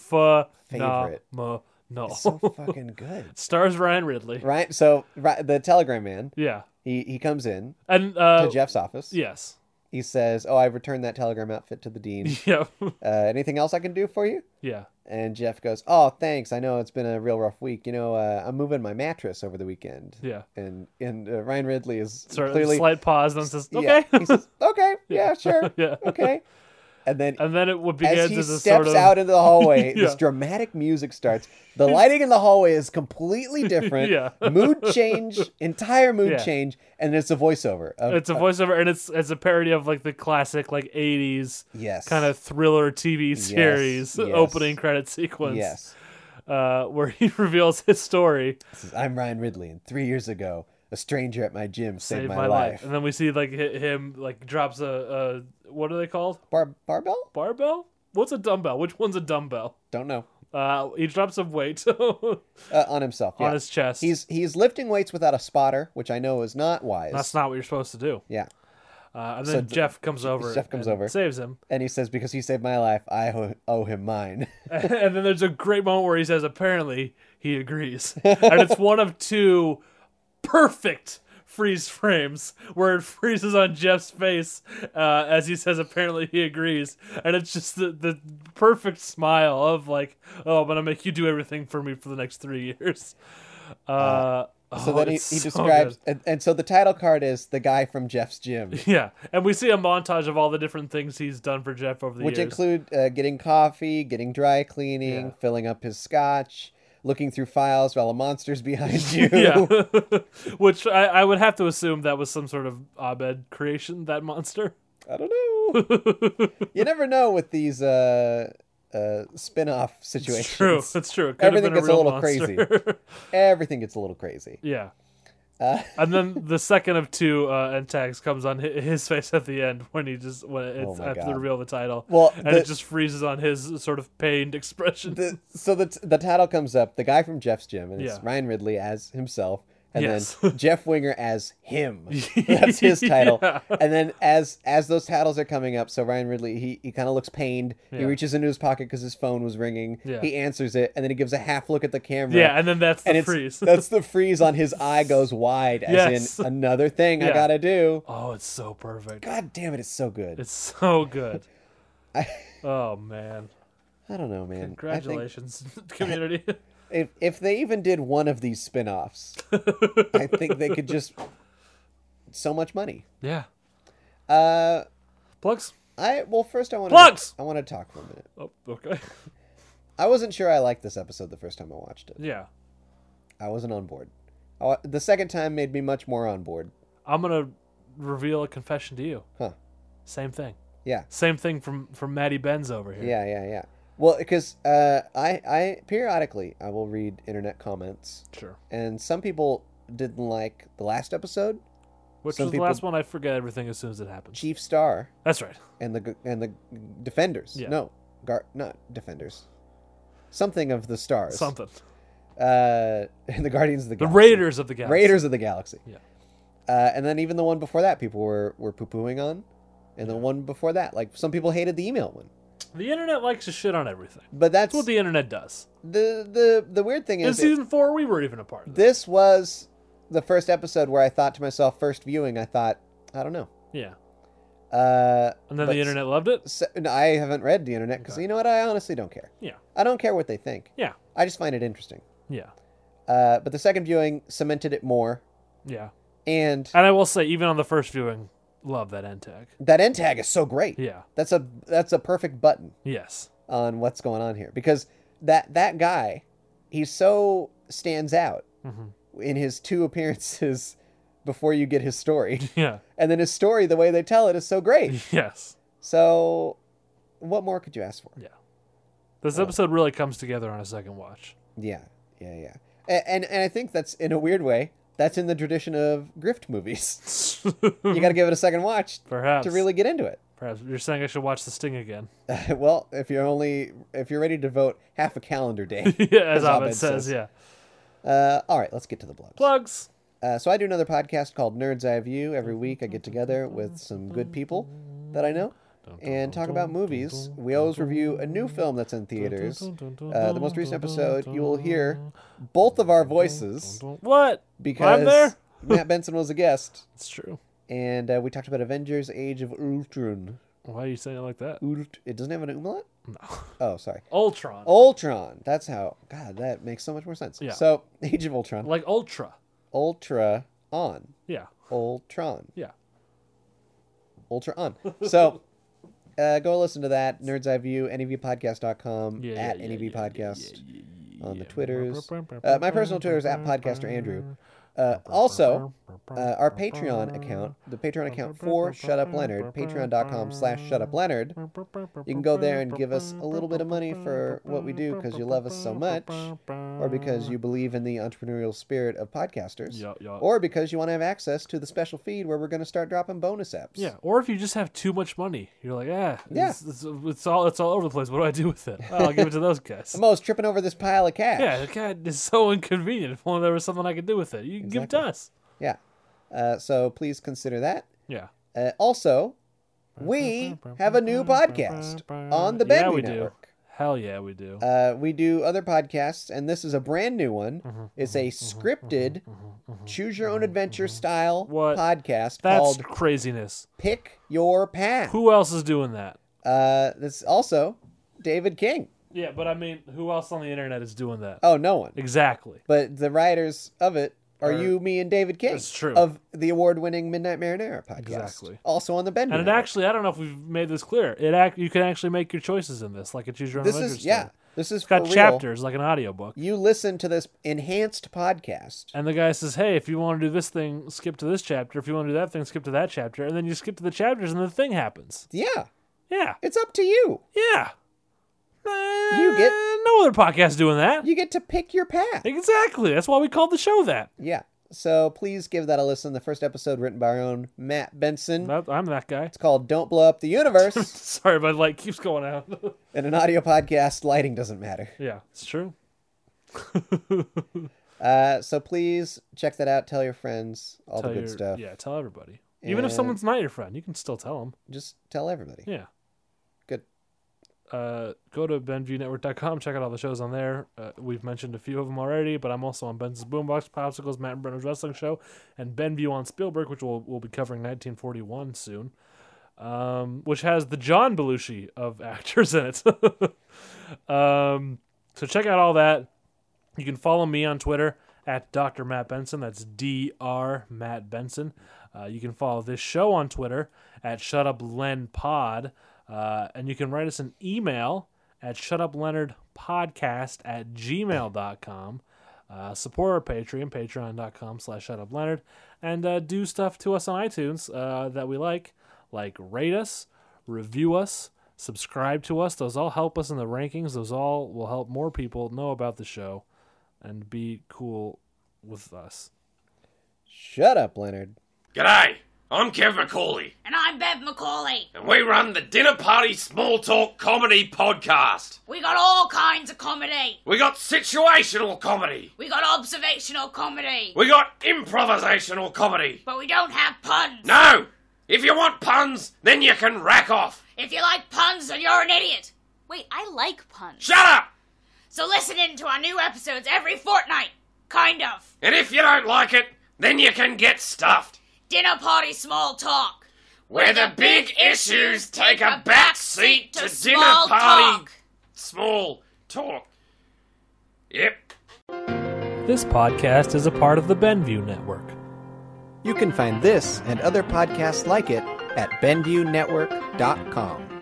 favorite. phenomenal. It's so fucking good. Stars Ryan Ridley. Right. So right, the telegram man, Yeah, he he comes in and uh, to Jeff's office. yes, He says, "Oh, I returned that telegram outfit to the dean. yeah, Uh, anything else I can do for you?" yeah. And Jeff goes, "Oh, thanks. I know it's been a real rough week. You know, uh, I'm moving my mattress over the weekend." Yeah. And and uh, Ryan Ridley is Sort of clearly slight pause, then says, Yeah. "Okay," He says, "Okay. Yeah, sure. Yeah. Okay." And then and then it would as begins he as a steps sort of out into the hallway, Yeah. this dramatic music starts. The lighting in the hallway is completely different. Yeah. mood change, entire mood Yeah. change, and it's a voiceover. Of, it's a voiceover, and it's it's a parody of like the classic like '80s Yes. kind of thriller TV series yes. opening credit sequence, yes. uh, where he reveals his story, This is, I'm Ryan Ridley, and three years ago, a stranger at my gym saved, "Save my, life. and then we see like hi- him like drops a, a what are they called Bar- barbell? barbell? What's a dumbbell? Which one's a dumbbell? Don't know. Uh, he drops some weight. Uh, on himself. On yeah. his chest. He's he's lifting weights without a spotter, which I know is not wise. That's not what you're supposed to do. Yeah. Uh, and So then d- Jeff comes over. Jeff comes and over. Saves him. And he says, because he saved my life, I ho- owe him mine. and then there's a great moment where he says, apparently, he agrees. and it's one of two perfect freeze frames where it freezes on Jeff's face uh, as he says, apparently, he agrees. And it's just the, the perfect smile of, like, oh, I'm going to make you do everything for me for the next three years. Uh, So oh, then he, he it's so describes, good. and, and so the title card is the guy from Jeff's gym, Yeah, and we see a montage of all the different things he's done for Jeff over the which years. include uh, getting coffee, getting dry cleaning, Yeah. filling up his scotch, looking through files while a monster's behind you. yeah, which I, I would have to assume that was some sort of Abed creation. That monster. I don't know. you never know with these uh, uh, spin-off It's true. situations. It's true. It could Everything have gets been a, real little monster. crazy. Everything gets a little crazy. yeah. Uh. and then the second of two uh, end tags comes on hi- his face at the end when he just when it's Oh my after the God. reveal of the title. Well, and the- it just freezes on his sort of pained expression. The, so the t- the title comes up. The guy from Jeff's Gym, and it's Yeah. Ryan Ridley as himself, and Yes. then Jeff Winger as him. That's his title. Yeah. And then as as those titles are coming up, so Ryan Ridley he he kind of looks pained. He Yeah. reaches into his pocket because his phone was ringing. Yeah. He answers it, and then he gives a half look at the camera. yeah, and then that's the and it's freeze. that's the freeze on his eye goes wide as Yes. in another thing I Yeah. gotta do. oh, it's so perfect. God damn it, it's so good. It's so good. oh man! I don't know, man. I think Congratulations, community. if if they even did one of these spin-offs, I think they could just so much money. yeah. Uh, Plugs. I well, first I want Plugs! I want to talk for a minute. Oh, okay. I wasn't sure I liked this episode the first time I watched it. Yeah. I wasn't on board. I wa- the second time made me much more on board. I'm gonna reveal a confession to you. Huh. Same thing. Yeah. Same thing from from Maddie Benz over here. Yeah, yeah, yeah. Well, because uh, I I periodically I will read internet comments, Sure. and some people didn't like the last episode, Which Some was people- the last one? I forget everything as soon as it happens. Chief Star. That's right. and the g- and the defenders. Yeah. No, gar- not defenders. Something of the stars. Something. Uh, and the Guardians of the The Galaxy. Raiders of the Galaxy. Raiders of the Galaxy. Yeah. Uh, and then even the one before that, people were were poo pooing on, and the one before that, like some people hated the email one. The internet likes to shit on everything. But that's That's what the internet does. the the the weird thing In is, it- season four, we were even a part of that. this was the first episode where I thought to myself, first viewing, I thought, I don't know. Yeah. Uh, And then but the internet loved it. s- no, I haven't read the internet because you know what? I honestly don't care. Yeah. I don't care what they think. Yeah. I just find it interesting. Yeah. Uh, but the second viewing cemented it more, Yeah. and And I will say, even on the first viewing, love that end tag. that end tag is so great. Yeah. that's a that's a perfect button Yes. on what's going on here because that that guy, he so stands out in his two appearances before you get his story, Yeah. and then his story, the way they tell it, is so great. Yes. so, what more could you ask for? Yeah. This episode really comes together on a second watch. Yeah, yeah, yeah. A- And and I think that's in a weird way that's in the tradition of grift movies. you got to give it a second watch Perhaps. to really get into it. Perhaps you're saying I should watch The Sting again. well, if you're only if you're ready to vote half a calendar day. yeah, As as Abed Abed says, says. yeah. uh, all right, let's get to the plugs. Plugs. Uh, so I do another podcast called Nerds Eye View. Every week, I get together with some good people that I know and talk about movies. We always review a new film that's in theaters. Uh, the most recent episode, you will hear both of our voices What? because I'm there? Matt Benson was a guest, It's true. and uh, we talked about Avengers: Age of Ultron. Why are you saying it like that? Ult- it doesn't have an umlaut. No. Oh, sorry. Ultron. Ultron. That's how. God, that makes so much more sense. Yeah. So, Age of Ultron. like Ultra. Ultra on. Yeah. Ultron. Yeah. Ultra on. So, uh, go listen to that. Nerd's Eye View, E nevpodcast.com, Yeah, at yeah, NEV yeah, Podcast on the Twitters. Uh, my personal Twitter is at Podcaster Andrew. Uh, also, uh, our Patreon account, the Patreon account for Shut Up Leonard, patreon.com slash Shut Up Leonard. You can go there and give us a little bit of money for what we do because you love us so much, or Mm. because you believe in the entrepreneurial spirit of podcasters, Yeah, yeah. or because you want to have access to the special feed where we're going to start dropping bonus apps. Yeah, or if you just have too much money, you're like, ah, Yeah. it's, it's, it's all it's all over the place. What do I do with it? Oh, I'll give it to those guys. Mo's tripping over this pile of cash. Yeah, God, it's so inconvenient. If only there was something I could do with it. You can give it to us. Yeah. Uh, so please consider that. Yeah. Uh, also, we have a new podcast on the Benview Yeah, we do. Network. Hell yeah, we do. Uh, we do other podcasts, and this is a brand new one. Mm-hmm, It's a scripted, choose your own adventure style Mm-hmm, What? podcast That's called craziness. Pick Your Path. Who else is doing that? Uh, that's also David King. Yeah, but I mean, who else on the internet is doing that? Oh, no one. Exactly. But the writers of it are you, me, and David King. That's true. Of the award-winning Midnight Marinara podcast, Exactly. also on the Benview. And it Network. actually, I don't know if we've made this clear. It act you can actually make your choices in this, like a choose your own this adventure is yeah, story. this is It's got for real. chapters like an audiobook. You listen to this enhanced podcast. And the guy says, "Hey, if you want to do this thing, skip to this chapter. If you want to do that thing, skip to that chapter." And then you skip to the chapters, and the thing happens. Yeah, Yeah, it's up to you. yeah. You get- Eh, no other podcast doing that. You get to pick your path. Exactly. That's why we called the show that. Yeah. So please give that a listen. The first episode written by our own Matt Benson. That- I'm that guy. It's called Don't Blow Up the Universe. Sorry, my light keeps going out. In an audio podcast, lighting doesn't matter. yeah, it's true. Uh, so please check that out. Tell your friends all tell the good your- stuff. Yeah, tell everybody. Even if And- someone's not your friend, you can still tell them. Just tell everybody. Yeah. Good. Uh, go to benviewnetwork.com. Check out all the shows on there. Uh, we've mentioned a few of them already, but I'm also on Ben's Boombox, Popsicles, Matt and Brenner's Wrestling Show, and Benview on Spielberg, which we'll, we'll be covering 1941 soon, um, which has the John Belushi of actors in it. um, so check out all that. You can follow me on Twitter at Dr. Matt Benson. That's Dr. Matt Benson. Uh, you can follow this show on Twitter at ShutUpLenPod. Uh, and you can write us an email at ShutUpLeonardPodcast at gmail.com. Uh, support our Patreon, patreon.com slash ShutUpLeonard. And uh, do stuff to us on iTunes uh, that we like, like rate us, review us, subscribe to us. Those all help us in the rankings. Those all will help more people know about the show and be cool with us. Shut up, Leonard. G'day, I'm Kev McCauley, And I'm Bev Macaulay. and we run the Dinner Party Small Talk Comedy Podcast. We got all kinds of comedy. We got situational comedy, We got observational comedy. we got improvisational comedy. But we don't have puns. No! If you want puns, then you can rack off. If you like puns, then you're an idiot. Wait, I like puns. Shut up! so listen in to our new episodes every fortnight. Kind of. And if you don't like it, then you can get stuffed. Dinner party small talk. Where the big issues take a back seat to dinner small party talk. small talk. Yep. This podcast is a part of the Benview Network. You can find this and other podcasts like it at BenviewNetwork.com.